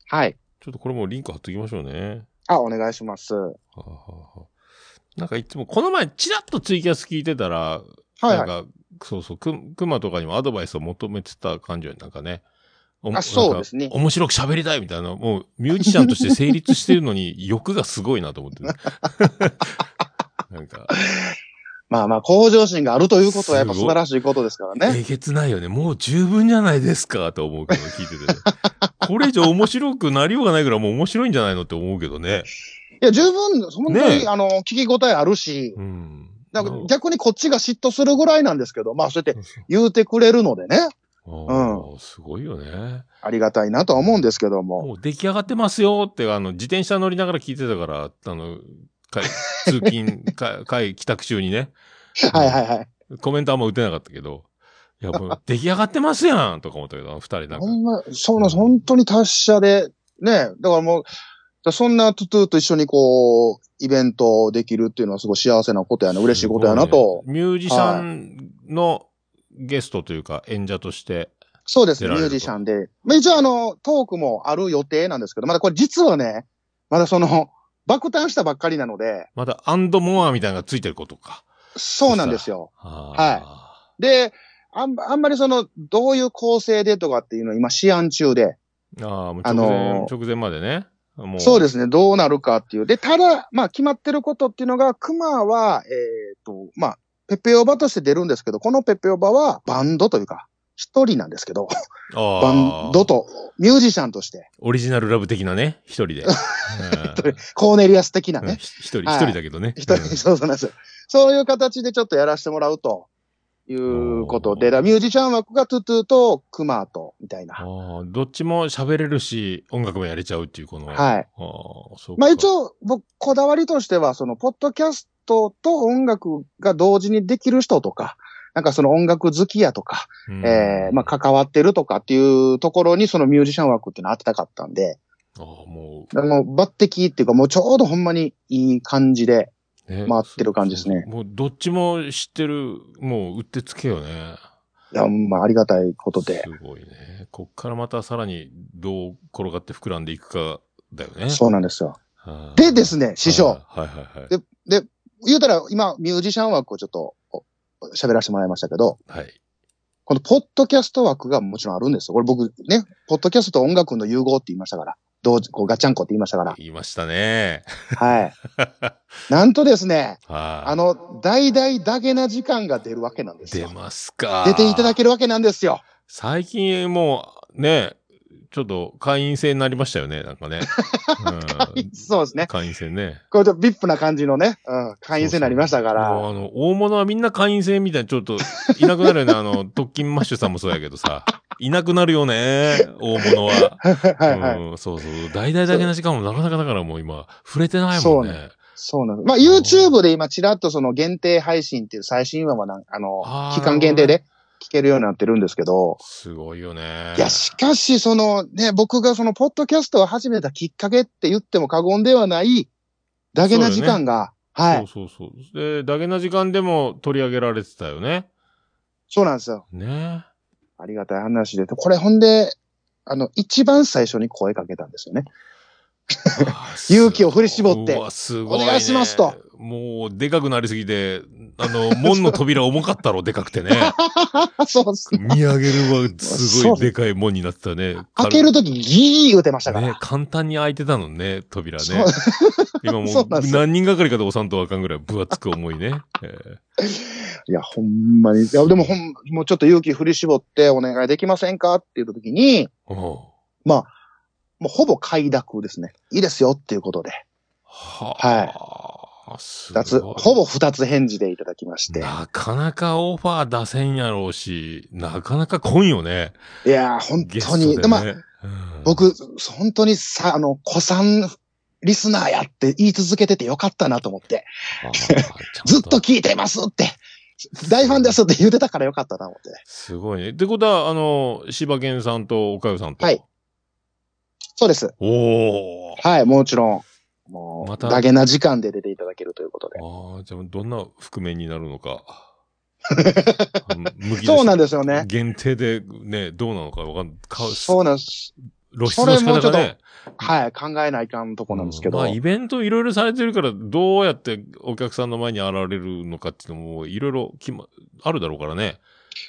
[SPEAKER 2] はい。
[SPEAKER 1] ちょっとこれもリンク貼っときましょうね。
[SPEAKER 2] あ、お願いします。
[SPEAKER 1] はあはあはあなんかいつも、この前チラッとツイキャス聞いてたら、
[SPEAKER 2] はい
[SPEAKER 1] なん
[SPEAKER 2] はい。
[SPEAKER 1] か、そうそう、く、熊とかにもアドバイスを求めてた感じはなんかね。お
[SPEAKER 2] あそうですね
[SPEAKER 1] なんか面白く喋りたいみたいな、もうミュージシャンとして成立 してるのに欲がすごいなと思ってね。なんか、
[SPEAKER 2] まあまあ、向上心があるということはやっぱ
[SPEAKER 1] す
[SPEAKER 2] 素
[SPEAKER 1] ごい
[SPEAKER 2] 晴らしいことですからね。
[SPEAKER 1] えげつないよね。もう十分じゃないですかと思うけど、聞いてて、 ね。これ以上面白くなりようがないからもう面白いんじゃないのって思うけどね。
[SPEAKER 2] いや、十分、本当に、
[SPEAKER 1] ねえ
[SPEAKER 2] あの、聞き応えあるし、
[SPEAKER 1] うん。
[SPEAKER 2] なんか逆にこっちが嫉妬するぐらいなんですけど、まあそうやって言うてくれるのでね、
[SPEAKER 1] うん。すごいよね。
[SPEAKER 2] ありがたいなとは思うんですけども。
[SPEAKER 1] もう出来上がってますよって、あの、自転車乗りながら聞いてたから、あの、か通 勤、か帰帰宅中にね、
[SPEAKER 2] はいはいはい。
[SPEAKER 1] コメントあんま打てなかったけど、いや、もう出来上がってますやんとか思ったけど、あの二人なんか
[SPEAKER 2] ほ。んま、そうなんです。本当に達者で、ね、だからもう、そんなトゥトゥと一緒にこう、イベントできるっていうのはすごい幸せなことやな、嬉しいことやなと。
[SPEAKER 1] ミュージシャンのゲストというか、演者として。
[SPEAKER 2] そうですね、
[SPEAKER 1] 出
[SPEAKER 2] ミ
[SPEAKER 1] られる
[SPEAKER 2] ュー
[SPEAKER 1] と
[SPEAKER 2] ジシャンで。まあ一応あの、トークもある予定なんですけど、まだこれ実はね、まだその、爆誕したばっかりなので、
[SPEAKER 1] まだ、アンドモアみたいなのがついてることか。
[SPEAKER 2] そうなんですよ。
[SPEAKER 1] は
[SPEAKER 2] で、あんあんまりその、どういう構成でとかっていうのは今、試案中で、
[SPEAKER 1] い。ああ、もう直前、
[SPEAKER 2] あの
[SPEAKER 1] 直前までね。もう。。
[SPEAKER 2] そうですすね、どうなるかっていう。で、ただ、まあ、決まってることっていうのが、クマは、えっ、と、まあ、ペペオバとして出るんですけど、このペペオバはバンドというか、一人なんですけど、バ
[SPEAKER 1] あ
[SPEAKER 2] ンド
[SPEAKER 1] あ。
[SPEAKER 2] と、ミュージシャンとして、
[SPEAKER 1] オリジナルラブ的なね、一人 で。うん
[SPEAKER 2] コーネリアス的な
[SPEAKER 1] うん
[SPEAKER 2] ね、
[SPEAKER 1] ひ一人、
[SPEAKER 2] は
[SPEAKER 1] 一
[SPEAKER 2] い
[SPEAKER 1] 人だけどね。
[SPEAKER 2] 一人、そうそうなんですよ。そういう形でちょっとやらせてもらうということで、だからミュージシャン枠がトゥトゥとクマと、みたいな。
[SPEAKER 1] ああ、どっちも喋れるし、音楽もやれちゃうっていう、この。い。
[SPEAKER 2] はい。
[SPEAKER 1] ああ、そうか。
[SPEAKER 2] まあ一応、僕、こだわりとしては、その、ポッドキャストと音楽が同時にできる人とか、なんかその音楽好きやとか、
[SPEAKER 1] うん、
[SPEAKER 2] ええまあ関わってるとかっていうところにそのミュージシャン枠っていうの当てたかったんで、
[SPEAKER 1] ああ、も
[SPEAKER 2] あの、抜擢っていうかもうちょうどほんまにいい感じで、
[SPEAKER 1] う、ね
[SPEAKER 2] 回ってる感じです
[SPEAKER 1] そ
[SPEAKER 2] ね
[SPEAKER 1] うそうそうもう、どっちも知ってる、もう、うってつけよね。
[SPEAKER 2] いや、ほんまあありがたいことで、
[SPEAKER 1] すごいね。こっからまたさらに、どう転がって膨らんでいくか、だよね。
[SPEAKER 2] そうなんですよ。
[SPEAKER 1] ああ
[SPEAKER 2] でですね、師匠。
[SPEAKER 1] はいはいはい。
[SPEAKER 2] で言うたら今、ミュージシャン枠をちょっとお喋らせてもらいましたけど、
[SPEAKER 1] はい。
[SPEAKER 2] このポッドキャスト枠がもちろんあるんですよ。これ僕ね、ポッドキャストと音楽の融合って言いましたから、どうこうガチャンコって言いましたから、
[SPEAKER 1] 言いましたね。
[SPEAKER 2] はい。なんとですね、あ
[SPEAKER 1] あの、
[SPEAKER 2] の、大々だけな時間が出るわけなんです
[SPEAKER 1] 出
[SPEAKER 2] よ。
[SPEAKER 1] ますか。
[SPEAKER 2] 出ていただけるわけなんですよ。
[SPEAKER 1] 最近もう、ね、ちょっと会員制になりましたよね、なん かね。うん、
[SPEAKER 2] そうですね。
[SPEAKER 1] 会員制ね。
[SPEAKER 2] これちょっとビップな感じのね、うん、会員制になりましたから。
[SPEAKER 1] もうあの、大物はみんな会員制みたいにちょっと、いなくなるよね。あの、特勤マッシュさんもそうやけどさ。いなくなるよね、大物は。
[SPEAKER 2] はいはい。
[SPEAKER 1] うん、そうそう。大々だけな時間もなかなかだからもう今、触れてないもんね。
[SPEAKER 2] そうそうなんです。まあ、YouTube で今、ちらっとその限定配信っていう最新話もなんあの
[SPEAKER 1] あ、ー
[SPEAKER 2] 期間限定で聞けるようになってるんですけど、
[SPEAKER 1] すごいよね。
[SPEAKER 2] いや、しかし、そのね、僕がその、ポッドキャストを始めたきっかけって言っても過言ではない、だけな時間が、はい
[SPEAKER 1] そうそうそう。で、だけな時間でも取り上げられてたよね。
[SPEAKER 2] そうなんですよ。
[SPEAKER 1] ね。
[SPEAKER 2] ありがたい話で。これ、ほんで、あの、一番最初に声かけたんですよね。 勇気を振り絞って
[SPEAKER 1] うわすごい、ね。
[SPEAKER 2] お願いしますと。
[SPEAKER 1] もう、でかくなりすぎて、あの、門の扉重かったろ、でかくて ね。
[SPEAKER 2] そうですね。
[SPEAKER 1] 見上げるは、すご
[SPEAKER 2] そう
[SPEAKER 1] いでかい門になってたね。
[SPEAKER 2] 開けるときギー言うてましたから。
[SPEAKER 1] ね、簡単に開いてたのね、扉ね
[SPEAKER 2] そう。
[SPEAKER 1] 今も
[SPEAKER 2] そううなんですよ
[SPEAKER 1] 何人がかりかで押さんとあかんぐらい分厚く重いね。えー
[SPEAKER 2] いや、ほんまに。いや、でもほん、もうちょっと勇気振り絞ってお願いできませんかって言ったときに、
[SPEAKER 1] うん
[SPEAKER 2] もうほぼ快諾ですね。いいですよっていうことで。
[SPEAKER 1] はあ、すご
[SPEAKER 2] 二
[SPEAKER 1] い
[SPEAKER 2] つ、ほぼ二つ返事でいただきまして。
[SPEAKER 1] なかなかオファー出せんやろうし、なかなか来んよね。
[SPEAKER 2] いやー、本
[SPEAKER 1] ゲス
[SPEAKER 2] 当
[SPEAKER 1] トで、ね。
[SPEAKER 2] に。でまあ、
[SPEAKER 1] うん、
[SPEAKER 2] 僕、 本当にさ、あの、子さんリスナーやって言い続けててよかったなと思って、
[SPEAKER 1] あー、ちゃん
[SPEAKER 2] ずっと聞いてますって、大ファンですって言ってたからよかったな思って。
[SPEAKER 1] すごいね。ってことは、あの、柴犬さんと岡代さんと。
[SPEAKER 2] はい。そうです。
[SPEAKER 1] おお。
[SPEAKER 2] はい、もちろん。もう、
[SPEAKER 1] また
[SPEAKER 2] ダゲな時間で出ていただけるということで。
[SPEAKER 1] ああ、じゃあ、どんな覆面になるの か。無
[SPEAKER 2] そうなん
[SPEAKER 1] で
[SPEAKER 2] ですよ
[SPEAKER 1] す
[SPEAKER 2] ね。
[SPEAKER 1] 限定で、ね、どうなのかわかんない。か
[SPEAKER 2] そうなんです。
[SPEAKER 1] 露出の仕方
[SPEAKER 2] それもち
[SPEAKER 1] が
[SPEAKER 2] ょ
[SPEAKER 1] ね。
[SPEAKER 2] はい、考えないかんとこなんですけど。
[SPEAKER 1] うんまあ、イベントいろいろされてるから、どうやってお客さんの前に現れるのかっていうのも、いろいろ決ま、あるだろうからね。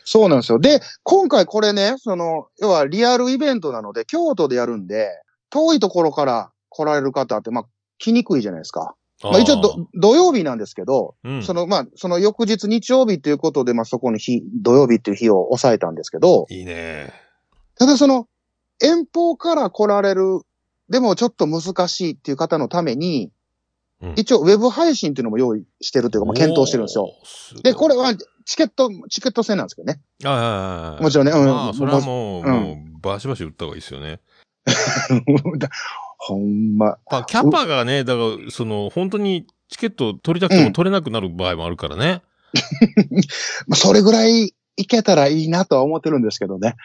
[SPEAKER 2] そうなんですよ。で、今回これね、その、要はリアルイベントなので、京都でやるんで、遠いところから来られる方って、まあ、来にくいじゃないですか。まあ、一応
[SPEAKER 1] あー
[SPEAKER 2] ど土曜日なんですけど、
[SPEAKER 1] うん、
[SPEAKER 2] その、まあ、その翌日日曜日ということで、まあ、そこに日、土曜日っていう日を抑えたんですけど、
[SPEAKER 1] いいね。
[SPEAKER 2] ただその、遠方から来られる、でもちょっと難しいっていう方のために、
[SPEAKER 1] うん
[SPEAKER 2] 一応ウェブ配信っていうのも用意してるというか、まあ、検討してるんですよ。
[SPEAKER 1] おー。すごい
[SPEAKER 2] で、これはチケット、チケット制なんですけどね。
[SPEAKER 1] ああああ
[SPEAKER 2] もちろんねうん
[SPEAKER 1] まあ、それはもう、
[SPEAKER 2] うん
[SPEAKER 1] もう、バシバシ打った方がいいですよね。
[SPEAKER 2] ほんま。
[SPEAKER 1] まあ、キャパがね、だから、その、本当にチケット取りたくて
[SPEAKER 2] う
[SPEAKER 1] も
[SPEAKER 2] ん
[SPEAKER 1] 取れなくなる場合もあるからね。
[SPEAKER 2] まあ、それぐらいいけたらいいなとは思ってるんですけどね。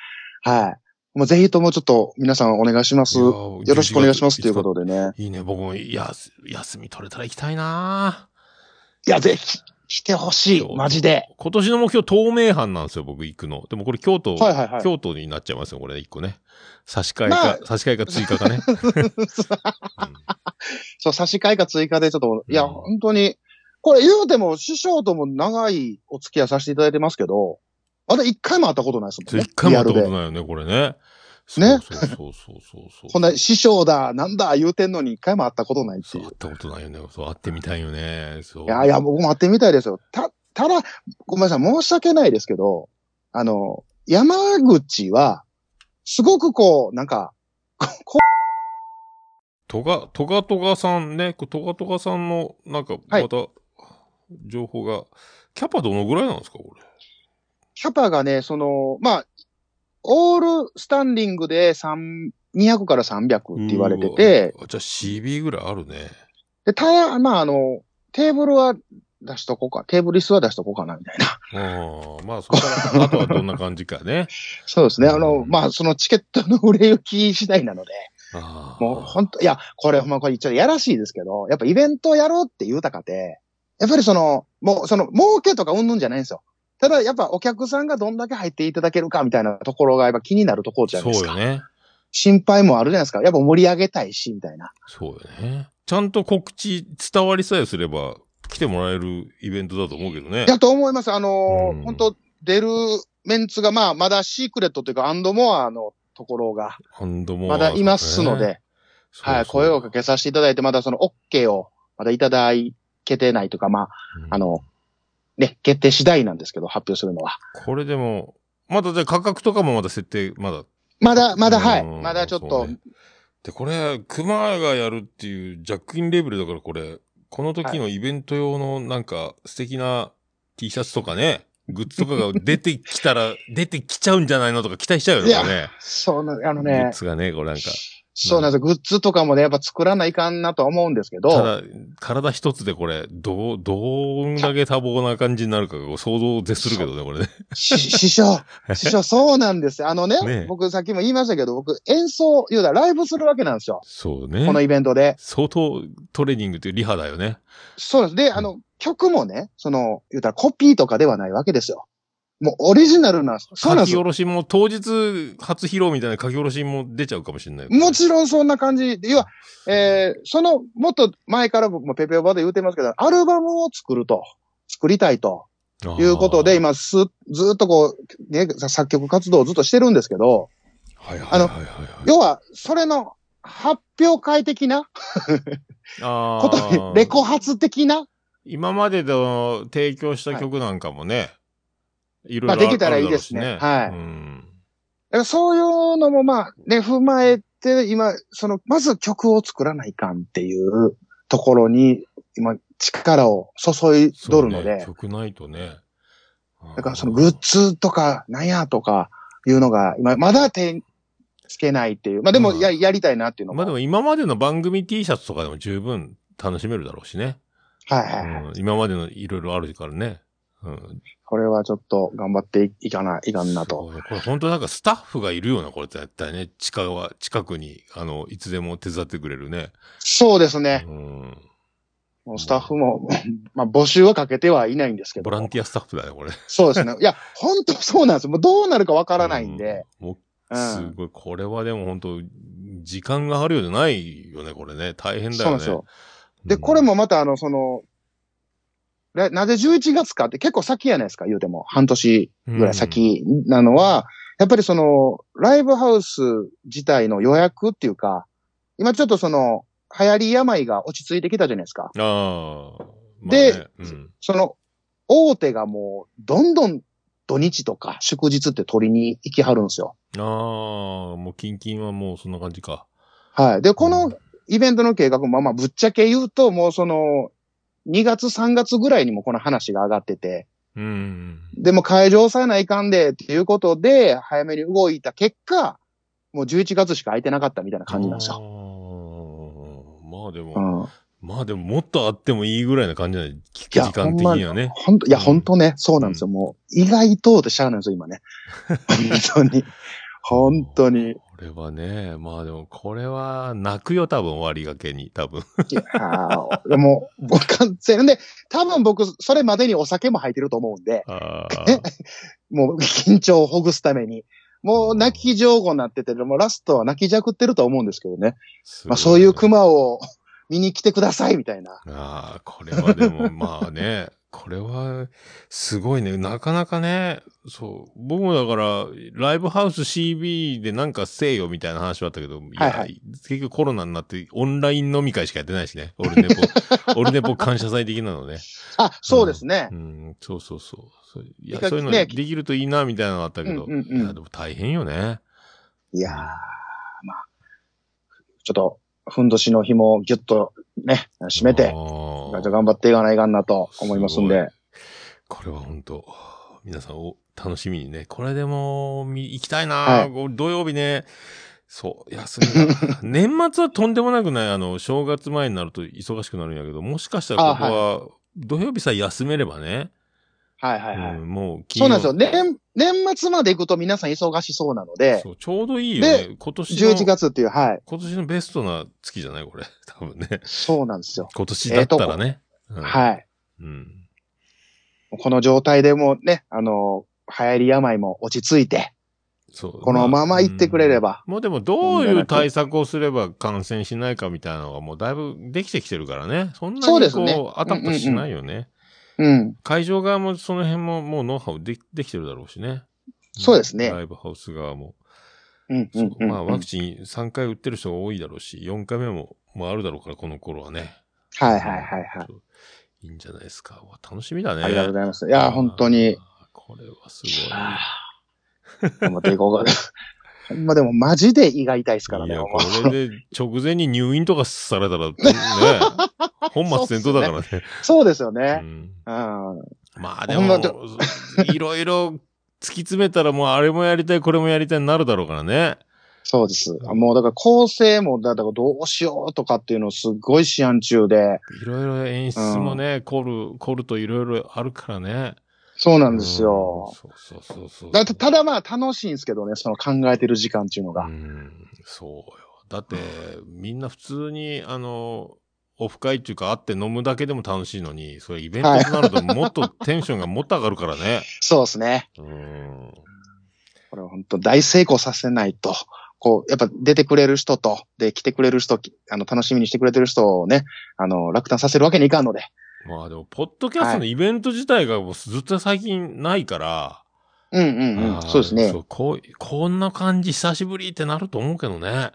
[SPEAKER 2] はい。もうぜひともちょっと皆さんお願いします。
[SPEAKER 1] いや
[SPEAKER 2] よ
[SPEAKER 1] ー
[SPEAKER 2] ろしくお願いしますというこ
[SPEAKER 1] 11
[SPEAKER 2] とでね。
[SPEAKER 1] 月いいね、僕も、やす、休み取れたら行きたいない
[SPEAKER 2] や、ぜひ、来てほしい。マジで。
[SPEAKER 1] 今年の目標、東名阪なんですよ、僕行くの。でもこれ、京都、
[SPEAKER 2] はいはいはい。
[SPEAKER 1] 京都になっちゃいますよ、これ、一個ね。差し替えか、
[SPEAKER 2] まあ
[SPEAKER 1] 差し替えか追加か ね。
[SPEAKER 2] そう、差し替えか追加でちょっと、いや、
[SPEAKER 1] うん
[SPEAKER 2] 本当に、これ言うても師匠とも長いお付き合いさせていただいてますけど、まだ一回も会ったことないです
[SPEAKER 1] そ
[SPEAKER 2] もん
[SPEAKER 1] れ
[SPEAKER 2] ね
[SPEAKER 1] 一。回も
[SPEAKER 2] リ
[SPEAKER 1] や
[SPEAKER 2] ア
[SPEAKER 1] った
[SPEAKER 2] ル
[SPEAKER 1] こと
[SPEAKER 2] で。
[SPEAKER 1] ないよね、これね。そ
[SPEAKER 2] ね
[SPEAKER 1] うそうそうそうそうそう。
[SPEAKER 2] こんな師匠だ、なんだ、言うてんのに一回も会ったことないって
[SPEAKER 1] そう、
[SPEAKER 2] いう。い
[SPEAKER 1] 会ったことないよね。そう、会ってみたいよね。そう。
[SPEAKER 2] やいや、僕も会ってみたいですよ。た、ただ、ごめんなさい、申し訳ないですけど、あの、山口は、すごくこう、なんか、
[SPEAKER 1] トガ、トガトガさんね、こうトガトガさんの、なんか、
[SPEAKER 2] はい
[SPEAKER 1] また、情報が、キャパどのぐらいなんですか、これ。
[SPEAKER 2] キャパがね、その、まあ、オールスタンディングで3 200から300って言われてて、
[SPEAKER 1] うーわ。じゃあ CB ぐらいあるね。
[SPEAKER 2] で、ただ、まあ、あの、テーブルは出しとこうか、テーブル椅子は出しとこうかな、みたいな。
[SPEAKER 1] うん。まあ、そこから、あとはどんな感じかね。
[SPEAKER 2] そうですね。あ
[SPEAKER 1] う
[SPEAKER 2] の、
[SPEAKER 1] ん
[SPEAKER 2] まあ、そのチケットの売れ行き次第なので、
[SPEAKER 1] ああ。
[SPEAKER 2] もう本当いや、これ、ほんま、これ、ちょっとやらしいですけど、やっぱイベントをやろうって言うたかて、やっぱりその、もう、その、儲けとかうんぬんじゃないんですよ。ただ、やっぱお客さんがどんだけ入っていただけるかみたいなところが、やっぱ気になるところじゃないで
[SPEAKER 1] そ
[SPEAKER 2] す
[SPEAKER 1] う
[SPEAKER 2] か。
[SPEAKER 1] よね。
[SPEAKER 2] 心配もあるじゃないですか。やっぱ盛り上げたいし、みたいな。
[SPEAKER 1] そうよね。ちゃんと告知伝わりさえすれば、来てもらえるイベントだと思うけどね。
[SPEAKER 2] だと思います。あのー
[SPEAKER 1] うん
[SPEAKER 2] 本当出るメンツが、まあ、まだシークレットというか、アンドモアのところが、
[SPEAKER 1] ハンドモ
[SPEAKER 2] まだいますので、、はい、声をか
[SPEAKER 1] け、
[SPEAKER 2] けさせていただいて、まだその OK を、まだいただけてないというか、まあ、
[SPEAKER 1] うん
[SPEAKER 2] あの、ね、決定次第なんですけど、発表するのは。
[SPEAKER 1] これでも、まだじゃあ価格とかもまだ設定、まだ。
[SPEAKER 2] まだ、まだ、はい。
[SPEAKER 1] うん
[SPEAKER 2] まだちょっ
[SPEAKER 1] そ
[SPEAKER 2] と
[SPEAKER 1] う、ねで、これ、熊谷がやるっていうジャックインレベルだからこれ、この時のイベント用のなんか素敵な T シャツとかね、グッズとかが出てきたら、 出てきちゃうんじゃないのとか期待しちゃうよね。
[SPEAKER 2] いや
[SPEAKER 1] これね
[SPEAKER 2] そうな、あの
[SPEAKER 1] グ
[SPEAKER 2] ね
[SPEAKER 1] ッ、ズがね、これなんか。
[SPEAKER 2] そうなんですよグッズとかもね、やっぱ作らないかんなとは思うんですけ
[SPEAKER 1] た
[SPEAKER 2] ど、
[SPEAKER 1] だ、体一つでこれ、どう、どんだけ多忙な感じになるかが想像を絶するけどね、これね。
[SPEAKER 2] し師匠、 師匠、そうなんですよ。あのね、
[SPEAKER 1] ねえ
[SPEAKER 2] 僕さっきも言いましたけど、僕演奏、言うたらライブするわけなんですよ。
[SPEAKER 1] そうね。
[SPEAKER 2] このイベントで。
[SPEAKER 1] 相当トレーニングというリハだよね。
[SPEAKER 2] そうです。で、あの、曲もね、その、言うたらコピーとかではないわけですよ。もうオリジナルな、そうな
[SPEAKER 1] 書
[SPEAKER 2] んで
[SPEAKER 1] き
[SPEAKER 2] す
[SPEAKER 1] 下ろしも、当日初披露みたいな書き下ろしも出ちゃうかもしれない、
[SPEAKER 2] もちろんそんな感じ。要は、えーその、もっと前から僕もペペオバで言うてますけど、アルバムを作ると、作りたいと
[SPEAKER 1] ろ
[SPEAKER 2] いうことで、
[SPEAKER 1] 今、
[SPEAKER 2] 今す、ずっとこう、ね、さ作曲活動をずっとしてるんですけど、
[SPEAKER 1] はいはいはいはいはい
[SPEAKER 2] 要は、それの発表会的な
[SPEAKER 1] あ
[SPEAKER 2] こ
[SPEAKER 1] ー
[SPEAKER 2] とに、レコ発的な、
[SPEAKER 1] 今までの提供した曲なんかもね、い、ろいろあ
[SPEAKER 2] まあできたらいい
[SPEAKER 1] あるだろう
[SPEAKER 2] です
[SPEAKER 1] し
[SPEAKER 2] ね
[SPEAKER 1] ね。
[SPEAKER 2] はい
[SPEAKER 1] うん
[SPEAKER 2] だからそういうのもまあ、ね、踏まえて、今、その、まず曲を作らないかんっていうところに、今、力を注いどるの
[SPEAKER 1] そう
[SPEAKER 2] で、
[SPEAKER 1] ね曲ないとね。
[SPEAKER 2] だからそのグッズとか、なんやとかいうのが、今、まだ手つけないっていう。まあでも
[SPEAKER 1] うん
[SPEAKER 2] や、やりたいなっていうの
[SPEAKER 1] まあで
[SPEAKER 2] も。
[SPEAKER 1] も今までの番組 T シャツとかでも十分楽しめるだろうしね。
[SPEAKER 2] はいはいはい。
[SPEAKER 1] うん、今までのいろいろあるからね。うん。
[SPEAKER 2] これはちょっと頑張っていかない、いかんなと。
[SPEAKER 1] そうねこれ本当なんかスタッフがいるような、これ絶対ね。近は、近くに、あの、いつでも手伝ってくれるね。
[SPEAKER 2] そうですね。
[SPEAKER 1] うん。
[SPEAKER 2] もうスタッフも、 まあ募集はかけてはいないんですけど。
[SPEAKER 1] ボランティアスタッフだね、これ。
[SPEAKER 2] そうですね。いや、本当そうなんです。もうどうなるかわからないんで。
[SPEAKER 1] うん。も
[SPEAKER 2] う
[SPEAKER 1] う、す
[SPEAKER 2] ん。
[SPEAKER 1] ごい、これはでも本当時間があるようじゃないよね、これね。大変だよね。
[SPEAKER 2] そうなんですよ。
[SPEAKER 1] うん。
[SPEAKER 2] で、これもまたあの、その、ななぜ11月かって結構先やないですか、言うても。半年ぐらい先なのは、やっぱりその、ライブハウス自体の予約っていうか、今ちょっとその、流行り病が落ち着いてきたじゃないですか。
[SPEAKER 1] ああ。
[SPEAKER 2] で
[SPEAKER 1] まあねうん
[SPEAKER 2] その、大手がもう、どんどん土日とか祝日って取りに行きはるんですよ。
[SPEAKER 1] ああ、もうキンキンはもうそんな感じか。
[SPEAKER 2] はい。で、こ
[SPEAKER 1] う
[SPEAKER 2] の
[SPEAKER 1] ん
[SPEAKER 2] イベントの計画も、まあまあ、ぶっちゃけ言うと、もうその、2月3月ぐらいにもこの話が上がってて、
[SPEAKER 1] うん。
[SPEAKER 2] でも会場さえないかんで、っていうことで、早めに動いた結果、もう11月しか空いてなかったみたいな感じなんですよ。
[SPEAKER 1] あーまあでも、
[SPEAKER 2] うん。
[SPEAKER 1] まあでももっとあってもいいぐらいな感じじゃない時
[SPEAKER 2] いや
[SPEAKER 1] 間的にはね。
[SPEAKER 2] ほんと、いや、
[SPEAKER 1] うん
[SPEAKER 2] ほんとね、そうなんですよ。もう、意外とでしゃあないんですよ、今ね。本当に。本当に。
[SPEAKER 1] これはね、まあでもこれは泣くよ、多分終わりがけに、多 分。
[SPEAKER 2] いやーもう、僕完全で、多分僕、それまでにお酒も入ってると思うんで、
[SPEAKER 1] ああ。
[SPEAKER 2] もう緊張をほぐすために、もう泣き上手になってて、もうラストは泣きじゃくってると思うんですけどね。
[SPEAKER 1] すご
[SPEAKER 2] まあそういう熊を見に来てください、みたいな。
[SPEAKER 1] ああ、これはでも、まあね、 これは、すごいね。なかなかね、そう、僕もだから、ライブハウス CB でなんかせえよみたいな話はあったけど、いや
[SPEAKER 2] はいは
[SPEAKER 1] 結局コロナになってオンライン飲み会しかやってないしね。オルネポ、 オルネポ感謝祭的なのね。
[SPEAKER 2] あ、そうですね
[SPEAKER 1] う。ん、そうそうそう。そういや、
[SPEAKER 2] 比較的ね
[SPEAKER 1] そういうのできるといいな、みたいなのあったけど。
[SPEAKER 2] うんうんうん
[SPEAKER 1] いや、でも大変よね。
[SPEAKER 2] いやー、まあ、ちょっと、ふんどしの紐をぎゅっとね、締めて、
[SPEAKER 1] ああ
[SPEAKER 2] 頑張っていかないかんなと思いますん
[SPEAKER 1] すご
[SPEAKER 2] で
[SPEAKER 1] い。これは本当皆さんお楽しみにね。これでも、み行きたいな、
[SPEAKER 2] はい
[SPEAKER 1] こう土曜日ね。そう、休みが。 年末はとんでもなくない、あの、正月前になると忙しくなるんやけど、もしかしたらここは、土曜日さえ休めればね。
[SPEAKER 2] はいはいはい。
[SPEAKER 1] うん、もう
[SPEAKER 2] そうなんですよ。
[SPEAKER 1] ね
[SPEAKER 2] 年、年末まで行くと皆さん忙しそうなので、
[SPEAKER 1] ちょうどいいよね。今年の。
[SPEAKER 2] 11月っていう、はい。
[SPEAKER 1] 今年のベストな月じゃないこれ。多分ね。
[SPEAKER 2] そうなんですよ。
[SPEAKER 1] 今年だったらね。うん
[SPEAKER 2] はい。
[SPEAKER 1] うん。
[SPEAKER 2] この状態でもうね、あの、流行り病も落ち着いて、
[SPEAKER 1] そう。
[SPEAKER 2] このまま行ってくれれば。
[SPEAKER 1] もうでもどういう対策をすれば感染しないかみたいなのがもうだいぶできてきてるからね。そんな
[SPEAKER 2] そう
[SPEAKER 1] に
[SPEAKER 2] です
[SPEAKER 1] こう、
[SPEAKER 2] ね
[SPEAKER 1] あたふたしないよね。
[SPEAKER 2] うん。
[SPEAKER 1] 会場側もその辺ももうノウハウでできてるだろうしね。
[SPEAKER 2] そうですね
[SPEAKER 1] ライブハウス側も。
[SPEAKER 2] うん、うん、うん。
[SPEAKER 1] まあワクチン3回打ってる人が多いだろうし、4回目ももうあるだろうから、この頃はね。
[SPEAKER 2] はいはいはいはい。
[SPEAKER 1] い。いいんじゃないですか。うわ楽しみだね。
[SPEAKER 2] ありがとうございます。い
[SPEAKER 1] い
[SPEAKER 2] やー、本当に。。
[SPEAKER 1] これはすごい。
[SPEAKER 2] あー頑張っていこうか。 ほんまでもマジで胃が痛いですから
[SPEAKER 1] い
[SPEAKER 2] ね。
[SPEAKER 1] や、
[SPEAKER 2] ほん
[SPEAKER 1] こ
[SPEAKER 2] ま
[SPEAKER 1] れで直前に入院とかされた ら、ね、本末転倒だからね。
[SPEAKER 2] そうですよ
[SPEAKER 1] う
[SPEAKER 2] ね。
[SPEAKER 1] ん
[SPEAKER 2] うん。
[SPEAKER 1] まあで
[SPEAKER 2] ほん
[SPEAKER 1] も
[SPEAKER 2] まだ、
[SPEAKER 1] いろいろ突き詰めたらもうあれもやりたい、これもやりたいになるだろうからね。
[SPEAKER 2] そうです。もうだから構成も、だだからどうしようとかっていうのをすっごい試案中で。
[SPEAKER 1] いろいろ演出もね、凝る、凝るといろいろあるからね。
[SPEAKER 2] そうなんです
[SPEAKER 1] う
[SPEAKER 2] よ。
[SPEAKER 1] ん。そうそうそうそう。
[SPEAKER 2] だってただまあ楽しいんですけどね、その考えてる時間っていうの
[SPEAKER 1] う
[SPEAKER 2] が。
[SPEAKER 1] ん、そうよ。だって、みんな普通に、あの、オフ会っていうか会って飲むだけでも楽しいのに、それイベントになるともっとテンションがもっと上がるからね。
[SPEAKER 2] そうですね。
[SPEAKER 1] うん。
[SPEAKER 2] これは本当大成功させないと。こう、やっぱ出てくれる人と、で、来てくれる人、きあの、楽しみにしてくれてる人をね、あの、落胆させるわけにいかんので。
[SPEAKER 1] まあでも、ポッドキャストのイベント自体がもうずっと最近ないから、
[SPEAKER 2] うんうんう
[SPEAKER 1] あ
[SPEAKER 2] ん。
[SPEAKER 1] ー
[SPEAKER 2] そうですね。
[SPEAKER 1] そうこう、こんな感じ久しぶりってなると思うけどね。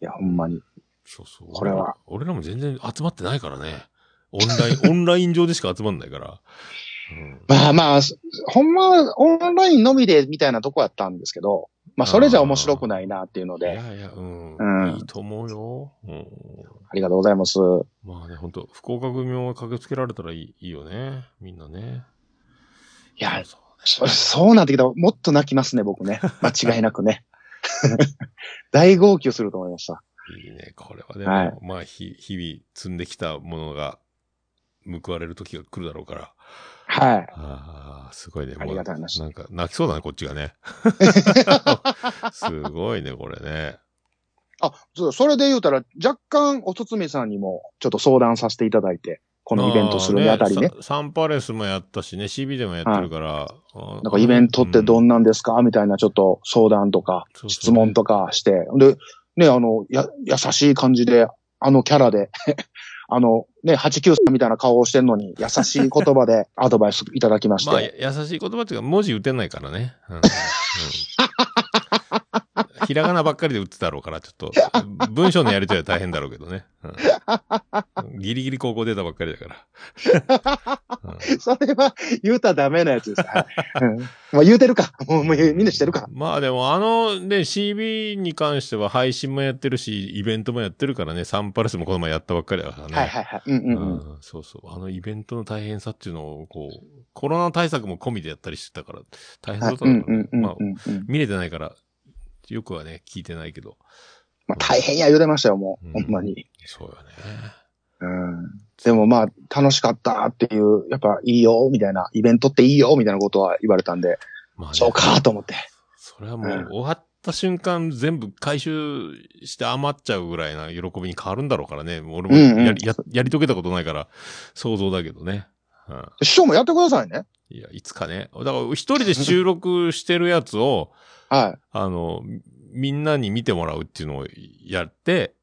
[SPEAKER 2] いや、ほんまに。
[SPEAKER 1] そうそう。
[SPEAKER 2] これは
[SPEAKER 1] 俺ら。俺らも全然集まってないからね。オンライン、オ ンライン上でしか集まんないから。うん
[SPEAKER 2] まあまあ、ほんまはオンラインのみで、みたいなとこやったんですけど、まあ、それじゃ面白くないなっていうの
[SPEAKER 1] い
[SPEAKER 2] で、
[SPEAKER 1] やいや、うん。
[SPEAKER 2] うん
[SPEAKER 1] いいと思うよ。うん。
[SPEAKER 2] ありがとうございます。
[SPEAKER 1] まあね、本当福岡組も駆けつけられたらいいいいよね。みんなね。
[SPEAKER 2] いや、
[SPEAKER 1] そう
[SPEAKER 2] そそうなってきたら、もっと泣きますね、僕ね。間違いな くね。大号泣すると思いました。
[SPEAKER 1] そういいね。これはでも、
[SPEAKER 2] はい
[SPEAKER 1] まあ、ひ日々積んできたものが報われる時が来るだろうから。
[SPEAKER 2] はい。
[SPEAKER 1] ああ、すごいね。
[SPEAKER 2] ありがとうございました
[SPEAKER 1] なんか、泣きそうだな、こっちが ね。すごいね、これね。
[SPEAKER 2] あ、そうそれで言うたら、若干、おつつみさんにも、ちょっと相談させていただいて、このイベントするにあたりね。
[SPEAKER 1] まあさサンパレスもやったしね、CB でもやってるから。あー
[SPEAKER 2] なんかイベントってど
[SPEAKER 1] うん
[SPEAKER 2] なんですかみたいな、ちょっと相談とか、
[SPEAKER 1] そうそう
[SPEAKER 2] 質問とかして。で、ね、あの、や、優しい感じで、あのキャラで、 あの、ね、893みたいな顔をしてんのに、優しい言葉でアドバイスいただきまして。
[SPEAKER 1] まあ、や優しい言葉っていうか、文字打てないからね。うんうんひらがなばっかりで打ってたろうから、ちょっと、文章のやりとりは大変だろうけどね。うんギリギリ高校出たばっかりだから。
[SPEAKER 2] それは言うたらダメなやつです。はいうんまあ言うてるか。もう、もうみんなしてるか。
[SPEAKER 1] まあでも、あの、ね、CB に関しては配信もやってるし、イベントもやってるからね、サンパルスもこの前やったばっかりだからね。
[SPEAKER 2] はいはいはい。うんうんうん。
[SPEAKER 1] うんそうそう。あのイベントの大変さっていうのを、こう、コロナ対策も込みでやったりしてたから、大変だった
[SPEAKER 2] うん
[SPEAKER 1] のか
[SPEAKER 2] う
[SPEAKER 1] な。
[SPEAKER 2] んうん
[SPEAKER 1] まあ、
[SPEAKER 2] うんうん。
[SPEAKER 1] 見れてないから、よくはね、聞いてないけど。
[SPEAKER 2] まあ大変や言うてましたよ、も
[SPEAKER 1] うん
[SPEAKER 2] う。ほんまに。
[SPEAKER 1] そうよね。
[SPEAKER 2] うん。でもまあ、楽しかったっていう、やっぱいいよ、みたいな、イベントっていいよ、みたいなことは言われたんで、
[SPEAKER 1] まあね
[SPEAKER 2] そうかと思って。
[SPEAKER 1] それはもう、
[SPEAKER 2] うん
[SPEAKER 1] 終わった瞬間全部回収して余っちゃうぐらいな喜びに変わるんだろうからね。俺もやり,、
[SPEAKER 2] うんうん
[SPEAKER 1] ややり遂げたことないから、想像だけどね。うん
[SPEAKER 2] 師匠もやってくださいね。
[SPEAKER 1] いや、いつかね。だから、一人で収録してるやつを、
[SPEAKER 2] はい。
[SPEAKER 1] あの、みんなに見てもらうっていうのをやって、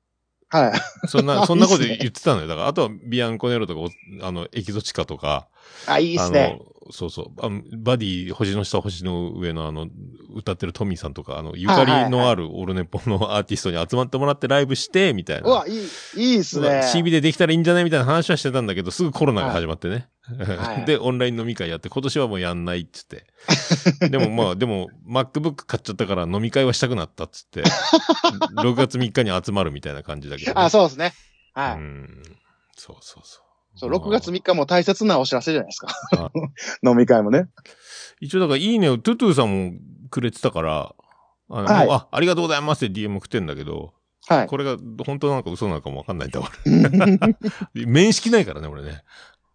[SPEAKER 2] はい。
[SPEAKER 1] そん
[SPEAKER 2] いいっす
[SPEAKER 1] な、
[SPEAKER 2] ね
[SPEAKER 1] そんなこと言ってたのよ。だから、あとは、ビアンコネロとかお、あの、エキゾチカとか、
[SPEAKER 2] あ、いいっすね。
[SPEAKER 1] あの、そうそう、あのバディ、星の下、星の上のあの、歌ってるトミーさんとか、あの、ゆかりのあるオルネポのアーティストに集まってもらってライブして、みたいうな。
[SPEAKER 2] わ、いい、いいっすね。
[SPEAKER 1] CB でできたらいいんじゃないみたいな話はしてたんだけど、すぐコロナが始まってね。
[SPEAKER 2] はい
[SPEAKER 1] で、オンライン飲み会やって、今年はもうやんないっつっ て。でもまあ、でも、MacBook 買っちゃったから飲み会はしたくなったっつ って、6月3日に集まるみたいな感じだけどね、
[SPEAKER 2] あ、そうですね。はい。
[SPEAKER 1] うん。そうそうそう。
[SPEAKER 2] そう、
[SPEAKER 1] まあ
[SPEAKER 2] 6月3日も大切なお知らせじゃないです
[SPEAKER 1] は
[SPEAKER 2] か。 飲み会もね。
[SPEAKER 1] 一応だから、いいねをトゥトゥさんもくれてたから、あの
[SPEAKER 2] はい
[SPEAKER 1] あありがとうございますって DM 来てんだけど、
[SPEAKER 2] はい。
[SPEAKER 1] これが本当なのか嘘なのかもわかんないんだ、 俺。面識ないからね、俺ね。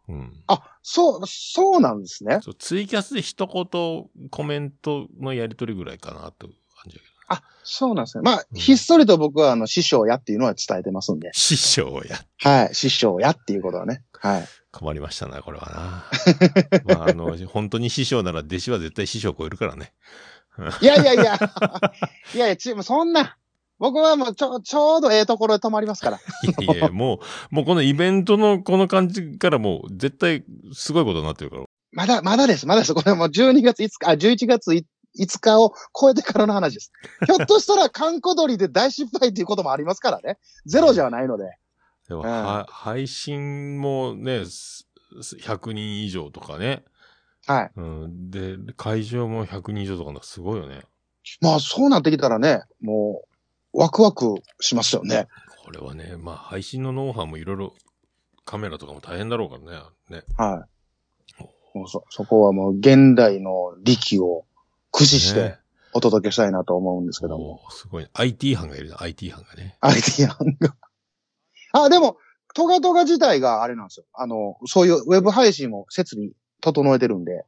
[SPEAKER 1] うん。
[SPEAKER 2] あ、そう、そうなんですね。
[SPEAKER 1] そうツイキャスで一言コメントのやりとりぐらいかなという感じだけど。
[SPEAKER 2] あ、そうなんですね。まあ、ひっそりと僕は、あの、師匠やっていうのは伝えてますんで。
[SPEAKER 1] 師匠や、
[SPEAKER 2] はい。師匠やっていうことはね。はい。
[SPEAKER 1] 困りましたな、これは な。まあ、あの、本当に師匠なら弟子は絶対師匠を超えるから ね。
[SPEAKER 2] いやいやい や。いやいや、チーム、そんな。僕はもう、ちょ、ちょうどええところで止まりますから。
[SPEAKER 1] いやいや、もう、もうこのイベントのこの感じからもう絶対すごいことになってるから。
[SPEAKER 2] まだ、まだです。まだです。これはもう12月5日、あ、11月5日を超えてからの話です。ひょっとしたら、観光鳥で大失敗っていうこともありますからね。ゼロじゃないので。
[SPEAKER 1] でも、
[SPEAKER 2] うん
[SPEAKER 1] は配信もね、すす100人以上とかね。
[SPEAKER 2] はい。
[SPEAKER 1] うん、で、会場も100人以上とかな、すごいよね。
[SPEAKER 2] まあそうなってきたらね、もう、ワクワクしますよね。
[SPEAKER 1] これはね、まあ配信のノウハウもいろいろ、カメラとかも大変だろうからね。ね。
[SPEAKER 2] はい。もうそ、そこはもう現代の力を駆使して
[SPEAKER 1] ね
[SPEAKER 2] お届けしたいなと思うんですけども。
[SPEAKER 1] おーすごい、ね。IT 班がいるな、IT 班がね。
[SPEAKER 2] IT 班が。あ、でも、トガトガ自体があれなんですよ。あの、そういうウェブ配信も設備整えてるんで。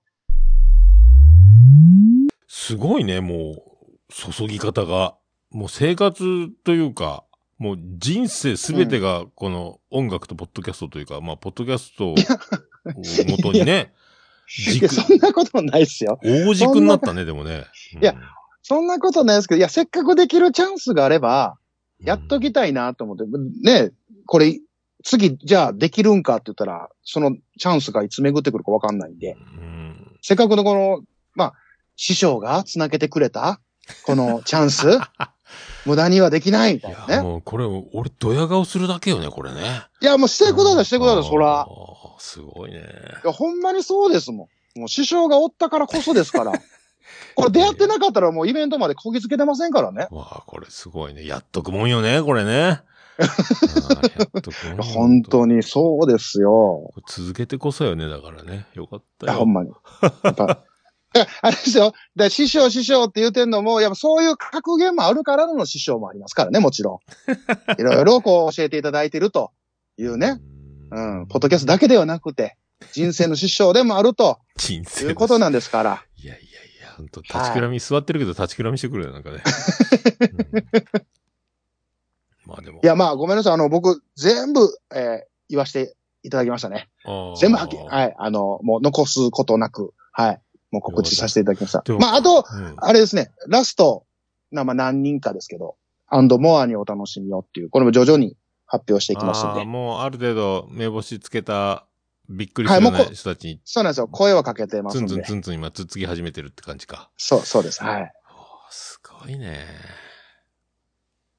[SPEAKER 1] すごいね、もう、注ぎ方が。もう生活というか、もう人生すべてがこの音楽とポッドキャストというか、まあ、ポッドキャストを元にね、
[SPEAKER 2] い
[SPEAKER 1] 軸
[SPEAKER 2] や、そんなことないですよ。
[SPEAKER 1] 大軸になったね、でもね。
[SPEAKER 2] いやそんなことないですけど、いや、せっかくできるチャンスがあれば、
[SPEAKER 1] うん、
[SPEAKER 2] やっときたいなと思って、ね、これ、次、じゃあできるんかって言ったら、そのチャンスがいつ巡ってくるかわかんないんで
[SPEAKER 1] う、ん。
[SPEAKER 2] せっかくのこの、まあ、師匠が繋げてくれた、このチャ ンス、無駄にはできないみ
[SPEAKER 1] い
[SPEAKER 2] たいなね。い
[SPEAKER 1] や、
[SPEAKER 2] や、も
[SPEAKER 1] もうこれ、俺、ドヤ顔するだけよね、これね。
[SPEAKER 2] うしてください、してください、そら
[SPEAKER 1] あ。ー。すごいね。
[SPEAKER 2] いや、ほんまにそうですもん。もう師匠がおったからこそですから。これ出会ってなかったらもうイベントまでこぎつけてませんからね。
[SPEAKER 1] わあ、これすごいね。やっとくもんよね、これ ね。あーやっとくもんよ
[SPEAKER 2] 本当にそうですよ。
[SPEAKER 1] これ続けてこそよね、だからね。よかっ
[SPEAKER 2] い
[SPEAKER 1] た
[SPEAKER 2] や、
[SPEAKER 1] よ。
[SPEAKER 2] ほんまに。やっぱ。 いやあれですよ。で師匠、師匠って言うてんのも、やっぱそういう格言もあるからの師匠もありますからね、もちろん。いろいろこう教えていただいてるというね。
[SPEAKER 1] う。
[SPEAKER 2] うんん。ポッドキャストだけではなくて、人生の師匠でもあると
[SPEAKER 1] 人生
[SPEAKER 2] い
[SPEAKER 1] の
[SPEAKER 2] うことなんですから。
[SPEAKER 1] いやいやいや、本当立ちくらみ、座ってるけど立ちくらみしてくるよ、なんかね。うんまあでも。
[SPEAKER 2] いや、まあごめんなさい。あの、僕、全部、えー言わせていただきましたね。
[SPEAKER 1] あー、
[SPEAKER 2] 全部はっきり、はい。あの、もう残すことなく、はい。もう告知させていただきました
[SPEAKER 1] で。も
[SPEAKER 2] まあ、あと、
[SPEAKER 1] うん
[SPEAKER 2] あれですね、ラスト、なまあ何人かですけど、アンドモアにお楽しみをっていう、これも徐々に発表していきますん
[SPEAKER 1] あー
[SPEAKER 2] で。
[SPEAKER 1] もうある程度目星つけた、びっくり
[SPEAKER 2] は
[SPEAKER 1] す
[SPEAKER 2] いも
[SPEAKER 1] る
[SPEAKER 2] うこ
[SPEAKER 1] ない人たちに、
[SPEAKER 2] そうなんですよ。声はかけてます
[SPEAKER 1] ツ
[SPEAKER 2] ん
[SPEAKER 1] ン
[SPEAKER 2] で。
[SPEAKER 1] ツンツンツン今、つっつき始めてるって感じか。
[SPEAKER 2] そう、そうです。はい。
[SPEAKER 1] おーすごいね。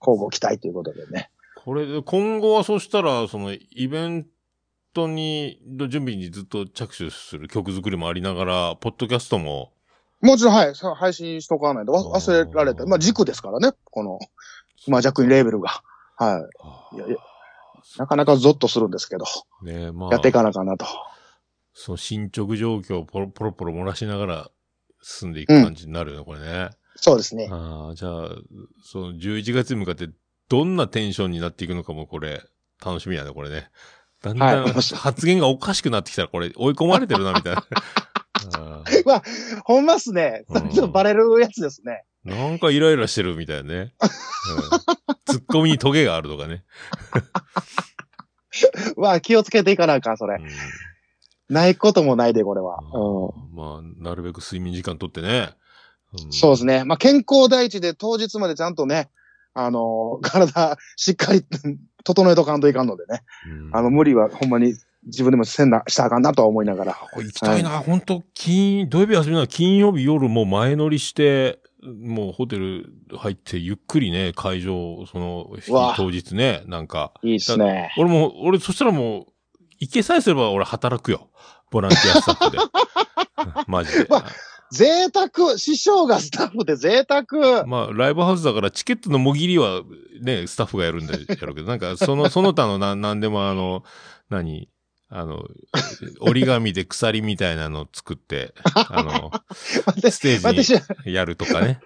[SPEAKER 2] 交互期待ということでね。
[SPEAKER 1] これで、今後はそしたら、その、イベントに、の準備にずっと着手する曲作りもありながら、ポッドキャストも、
[SPEAKER 2] もちろん、はい、さ配信しとかないとわ忘れられた。まあ、軸ですからね、この、まあ、ジャックインレーベルが。は
[SPEAKER 1] あ
[SPEAKER 2] いやいやい。なかなかゾッとするんですけど、
[SPEAKER 1] ねまあ
[SPEAKER 2] やってい、かなかなと。
[SPEAKER 1] その進捗状況をポロポロポロ漏らしながら進んでいく感じになるよね、これね。
[SPEAKER 2] そうですね。
[SPEAKER 1] ああ、じゃあ、その11月に向かってどんなテンションになっていくのかもこれ、楽しみやね、これね。だんだん
[SPEAKER 2] はい
[SPEAKER 1] 発言がおかしくなってきたら これ追い込まれてるな、みたいな。ああ
[SPEAKER 2] ほんまっすね。
[SPEAKER 1] うん
[SPEAKER 2] ちょっとバレるやつですね。
[SPEAKER 1] なんかイライラしてるみたいなね。うん、ツッコミにトゲがあるとかね。
[SPEAKER 2] うわ、気をつけていかなあかん、それ。
[SPEAKER 1] うん
[SPEAKER 2] ないこともないで、これは。うん。
[SPEAKER 1] まあ、なるべく睡眠時間とってね。ん
[SPEAKER 2] そうですね。まあ、健康第一で当日までちゃんとね、あのー 体、しっかり整えとかんといかんのでね。
[SPEAKER 1] うん
[SPEAKER 2] あの、無理はほんまに自分でもせんな、したらあかんなとは思いながら。
[SPEAKER 1] これ行きたいな、本当金、土曜日休みなら金曜日夜もう前乗りして、もうホテル入ってゆっくりね、会場、その
[SPEAKER 2] うわ、
[SPEAKER 1] 当日ね、なんか。
[SPEAKER 2] いいっすね。
[SPEAKER 1] 俺も、俺、そしたらもう、行けさえすれば俺働くよ。ボランティアスタ ッフで。マジで。
[SPEAKER 2] わ贅沢師匠がスタッフで贅沢
[SPEAKER 1] まあ、ライブハウスだからチケットのもぎりはね、スタッフがやるんだやろうけど、なんか、その、その他のな、なんでもあの、何あの、折り紙で鎖みたいなの作って、あの、ステージ
[SPEAKER 2] 私は、
[SPEAKER 1] にやるとかね。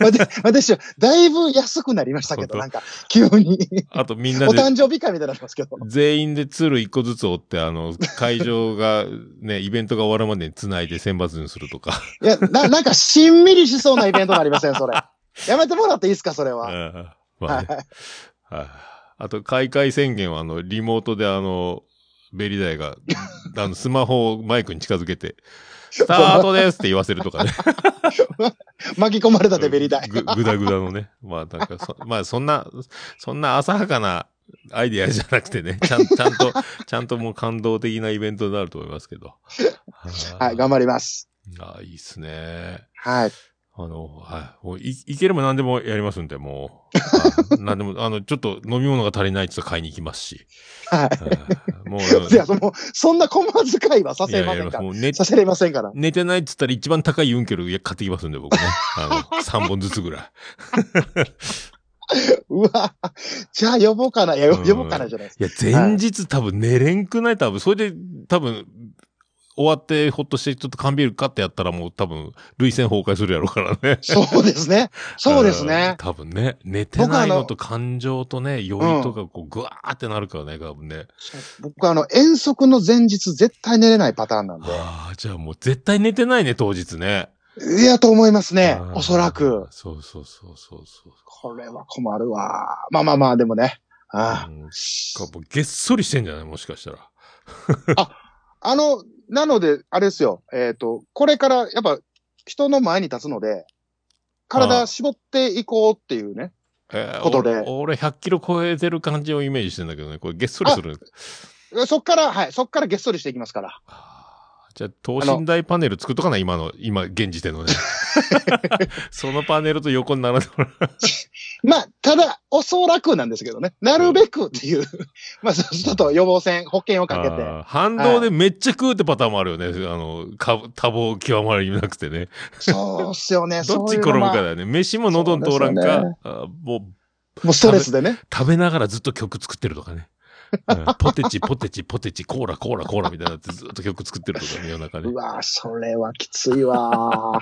[SPEAKER 2] 私私は、だいぶ安くなりましたけ
[SPEAKER 1] 本当
[SPEAKER 2] ど、なんか、急に。
[SPEAKER 1] あとみん
[SPEAKER 2] お
[SPEAKER 1] なで、
[SPEAKER 2] 誕生日会みたいになってますけど。
[SPEAKER 1] 全員でツール一個ずつ折って、あの、会場がね、イベントが終わるまでに繋いで選抜にするとか。
[SPEAKER 2] いや、な、 なんか、しんみりしそうなイベントになりません、それ。やめてもらっていいですか、それは。
[SPEAKER 1] うんまあねはいあと、開会宣言は、あの、リモートで、あの、ベリダイが、あの、スマホをマイクに近づけ て、スタートですって言わせるとかね。
[SPEAKER 2] 巻き込まれたデベリ大。
[SPEAKER 1] ぐ、ぐだぐだのね。まあ、なんかそ、まあ、そんな、そんな浅はかなアイデアじゃなくてね、ちゃん、ちゃんと、ちゃんともう感動的なイベントになると思いますけど。
[SPEAKER 2] はい、頑張ります。
[SPEAKER 1] ああ、いいっすね。
[SPEAKER 2] はい。
[SPEAKER 1] あの、はい。もうい、いければ何でもやりますんで、もう。はい何でも、あの、ちょっと飲み物が足りないって言ったら買いに行きますし。は
[SPEAKER 2] は
[SPEAKER 1] いもう、
[SPEAKER 2] い。いや、その、そんな駒遣いはさ
[SPEAKER 1] い
[SPEAKER 2] せ
[SPEAKER 1] やい
[SPEAKER 2] ま
[SPEAKER 1] や
[SPEAKER 2] せんから。
[SPEAKER 1] もう寝
[SPEAKER 2] させれませんから。
[SPEAKER 1] 寝てないって言ったら一番高いユンケルいや買ってきますんで、僕ね。あ の、3本ずつぐらい。
[SPEAKER 2] うわじゃあ呼ぼうかな。いや、
[SPEAKER 1] う
[SPEAKER 2] よ
[SPEAKER 1] ん
[SPEAKER 2] 呼ぼうかなじゃないです。
[SPEAKER 1] いや、前日多分寝れんくない多分。それで、多分、終わってほっとしてちょっと缶ビール買ってやったらもう多分、累戦崩壊するやろうからね。
[SPEAKER 2] そうですね。そうですね
[SPEAKER 1] ん。多分ね、寝てないのと感情とね、酔いとかこう、ぐわーってなるからね、多分ね。
[SPEAKER 2] 僕、あの、遠足の前日絶対寝れないパターンなんで。
[SPEAKER 1] ああ、じゃあもう絶対寝てないね、当日ね。
[SPEAKER 2] いや、と思いますね
[SPEAKER 1] あ。ー
[SPEAKER 2] おそらく。。
[SPEAKER 1] そうそうそうそうそう。
[SPEAKER 2] これは困るわ。まあまあまあ、でもね。あ
[SPEAKER 1] うんかもうげっそりしてんじゃないもしかしたら。
[SPEAKER 2] ああの、なので、あれですよ。えっ、と、これから、やっぱ、人の前に立つの
[SPEAKER 1] あ
[SPEAKER 2] で、体
[SPEAKER 1] ー
[SPEAKER 2] 絞っていこうっていうね。
[SPEAKER 1] えー
[SPEAKER 2] ことで
[SPEAKER 1] 俺俺100キロ超えてる感じをイメージしてんだけどね、これげっそりする。
[SPEAKER 2] そっから、はい、そっからげっそりしていきますから。
[SPEAKER 1] あーじゃあ、等身大パネル作っとかない今の、今、現時点 のね。そのパネルと横に並んでもらう。
[SPEAKER 2] まあ、ただ、おそらくなんですけどね。なるべくっていう、 まあ、ちょっと予防線、保険をかけて。
[SPEAKER 1] あー反動でめっちゃ食うってパターンもあるよね。あの、か多忙極まりなくてね。
[SPEAKER 2] そうっすよ ね。
[SPEAKER 1] どっち
[SPEAKER 2] そういう
[SPEAKER 1] 転ぶ
[SPEAKER 2] の
[SPEAKER 1] か
[SPEAKER 2] は
[SPEAKER 1] だよね。飯も喉に通らんか、
[SPEAKER 2] そうですよね
[SPEAKER 1] あーもう
[SPEAKER 2] もうストレス でね。
[SPEAKER 1] 食べながらずっと曲作ってるとかね。うんポテチ、ポテチ、ポテチ、コーラ、コーラ、コーラみたいになってずっと曲作ってるとかね、夜中ね
[SPEAKER 2] う。わそれはきつ いわ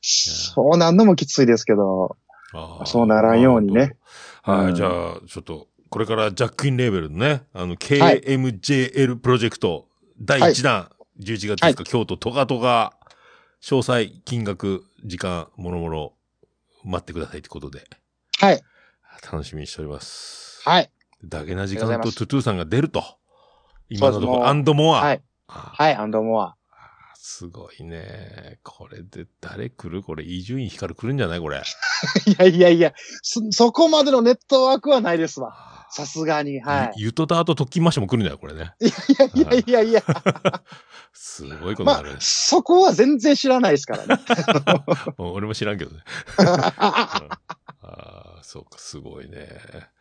[SPEAKER 2] そうなんのもきついですけど。
[SPEAKER 1] あー
[SPEAKER 2] そうならんようにね。
[SPEAKER 1] なるほどは
[SPEAKER 2] う
[SPEAKER 1] い、
[SPEAKER 2] ん
[SPEAKER 1] じゃあ、ちょっと、これからジャックインレーベルのね、あの、
[SPEAKER 2] はい
[SPEAKER 1] KMJL プロジェクト第1弾、11月ですか、京都トガトガ、詳細、金額、時間、もろもろ、待ってくださいってことで、
[SPEAKER 2] はい。
[SPEAKER 1] 楽しみにしております。
[SPEAKER 2] はい。
[SPEAKER 1] だけな時
[SPEAKER 2] あ
[SPEAKER 1] 間
[SPEAKER 2] りがとうございま
[SPEAKER 1] と
[SPEAKER 2] す
[SPEAKER 1] トゥトゥさんが出ると。今のとこ
[SPEAKER 2] もう
[SPEAKER 1] ろ、アンドモア。
[SPEAKER 2] はい。
[SPEAKER 1] あ
[SPEAKER 2] はい。アンドモア。
[SPEAKER 1] すごいね。これで誰来るこれ、伊集院光来るんじゃないこれ。
[SPEAKER 2] いやいやいや、そ、そこまでのネットワークはないですわ。さすがに。はい
[SPEAKER 1] ゆ。ゆとたとときましも来るんじゃないこれね。
[SPEAKER 2] いやいやいやいや。
[SPEAKER 1] すごいことに
[SPEAKER 2] ま
[SPEAKER 1] な
[SPEAKER 2] あ
[SPEAKER 1] る、ね、
[SPEAKER 2] そこは全 然知らないですからね。
[SPEAKER 1] もう俺も知らんけどね。うんあーそうか、すごいね。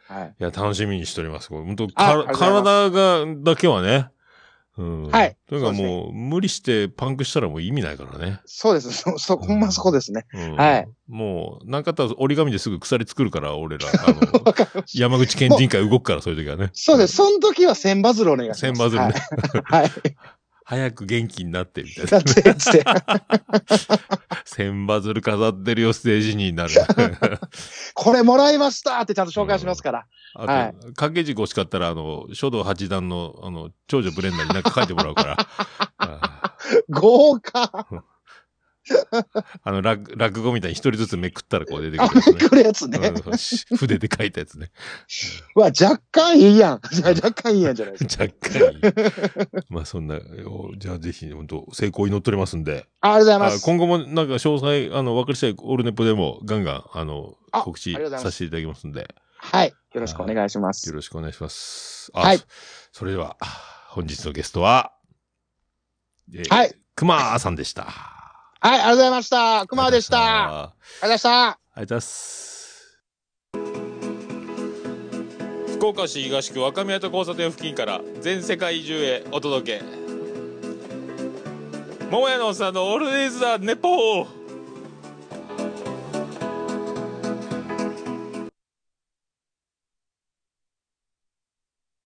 [SPEAKER 2] はい。
[SPEAKER 1] いや、楽しみにしております。これ本当
[SPEAKER 2] ああり
[SPEAKER 1] か
[SPEAKER 2] がとうございます
[SPEAKER 1] 体が、だけはね。うん。
[SPEAKER 2] はい。
[SPEAKER 1] というか
[SPEAKER 2] そうですね
[SPEAKER 1] もう、無理してパンクしたらもう意味ないからね。
[SPEAKER 2] そうです。そ、そ、ほんまそこですね。
[SPEAKER 1] うん、
[SPEAKER 2] はい。
[SPEAKER 1] もう、なんかあったら折り紙ですぐ鎖作るから、俺ら。あの、
[SPEAKER 2] わかりました
[SPEAKER 1] 山口県人会動くから、そういう時はね。
[SPEAKER 2] そうです。その時は千バズルお願いします。
[SPEAKER 1] 千羽鶴ね
[SPEAKER 2] はい。はい。
[SPEAKER 1] 早く元気になって、みたい
[SPEAKER 2] だ
[SPEAKER 1] な
[SPEAKER 2] っ。て、つって。
[SPEAKER 1] 千羽鶴飾ってるよ、ステージに なる。
[SPEAKER 2] これもらいましたってちゃんと紹介しますから。
[SPEAKER 1] あと、
[SPEAKER 2] は
[SPEAKER 1] 掛け軸欲しかったら、あの、書道八段の、あの、長女ブレンダーになんか書いてもらう から。あ
[SPEAKER 2] 豪華
[SPEAKER 1] ーあの落、落語みたいに一人ずつめくったらこう出て
[SPEAKER 2] あ
[SPEAKER 1] くるやつ
[SPEAKER 2] め
[SPEAKER 1] ね
[SPEAKER 2] くるやつ ね。
[SPEAKER 1] うんし筆で書いたやつね。
[SPEAKER 2] うわ、若干いいやん。 若干いいやんじゃない ですか。
[SPEAKER 1] 若干いい。まあそんな、おじゃあぜひ、本当成功祈っておりますんで。
[SPEAKER 2] ありがとうござい
[SPEAKER 1] あ
[SPEAKER 2] ます。
[SPEAKER 1] 今後もなんか詳細、あの、分かり次第、オルネポでもガンガン、あの、
[SPEAKER 2] あ
[SPEAKER 1] 告知
[SPEAKER 2] ありがとうございま
[SPEAKER 1] さ
[SPEAKER 2] す
[SPEAKER 1] せていただきますんで、
[SPEAKER 2] はい。よろしくお願いしま
[SPEAKER 1] よ
[SPEAKER 2] す。
[SPEAKER 1] ろしくお願いします。あ
[SPEAKER 2] はい
[SPEAKER 1] そそれでは、本日のゲストは、えー
[SPEAKER 2] はい。
[SPEAKER 1] くまさんでした。
[SPEAKER 2] はい、ありがとうございました。熊でした。
[SPEAKER 1] あ
[SPEAKER 2] ありがとうございました。
[SPEAKER 1] りがとうございます。福岡市東区若宮と交差点付近から全世界中へお届け。桃屋のおっさんのオールデイズ・ザ・ネポー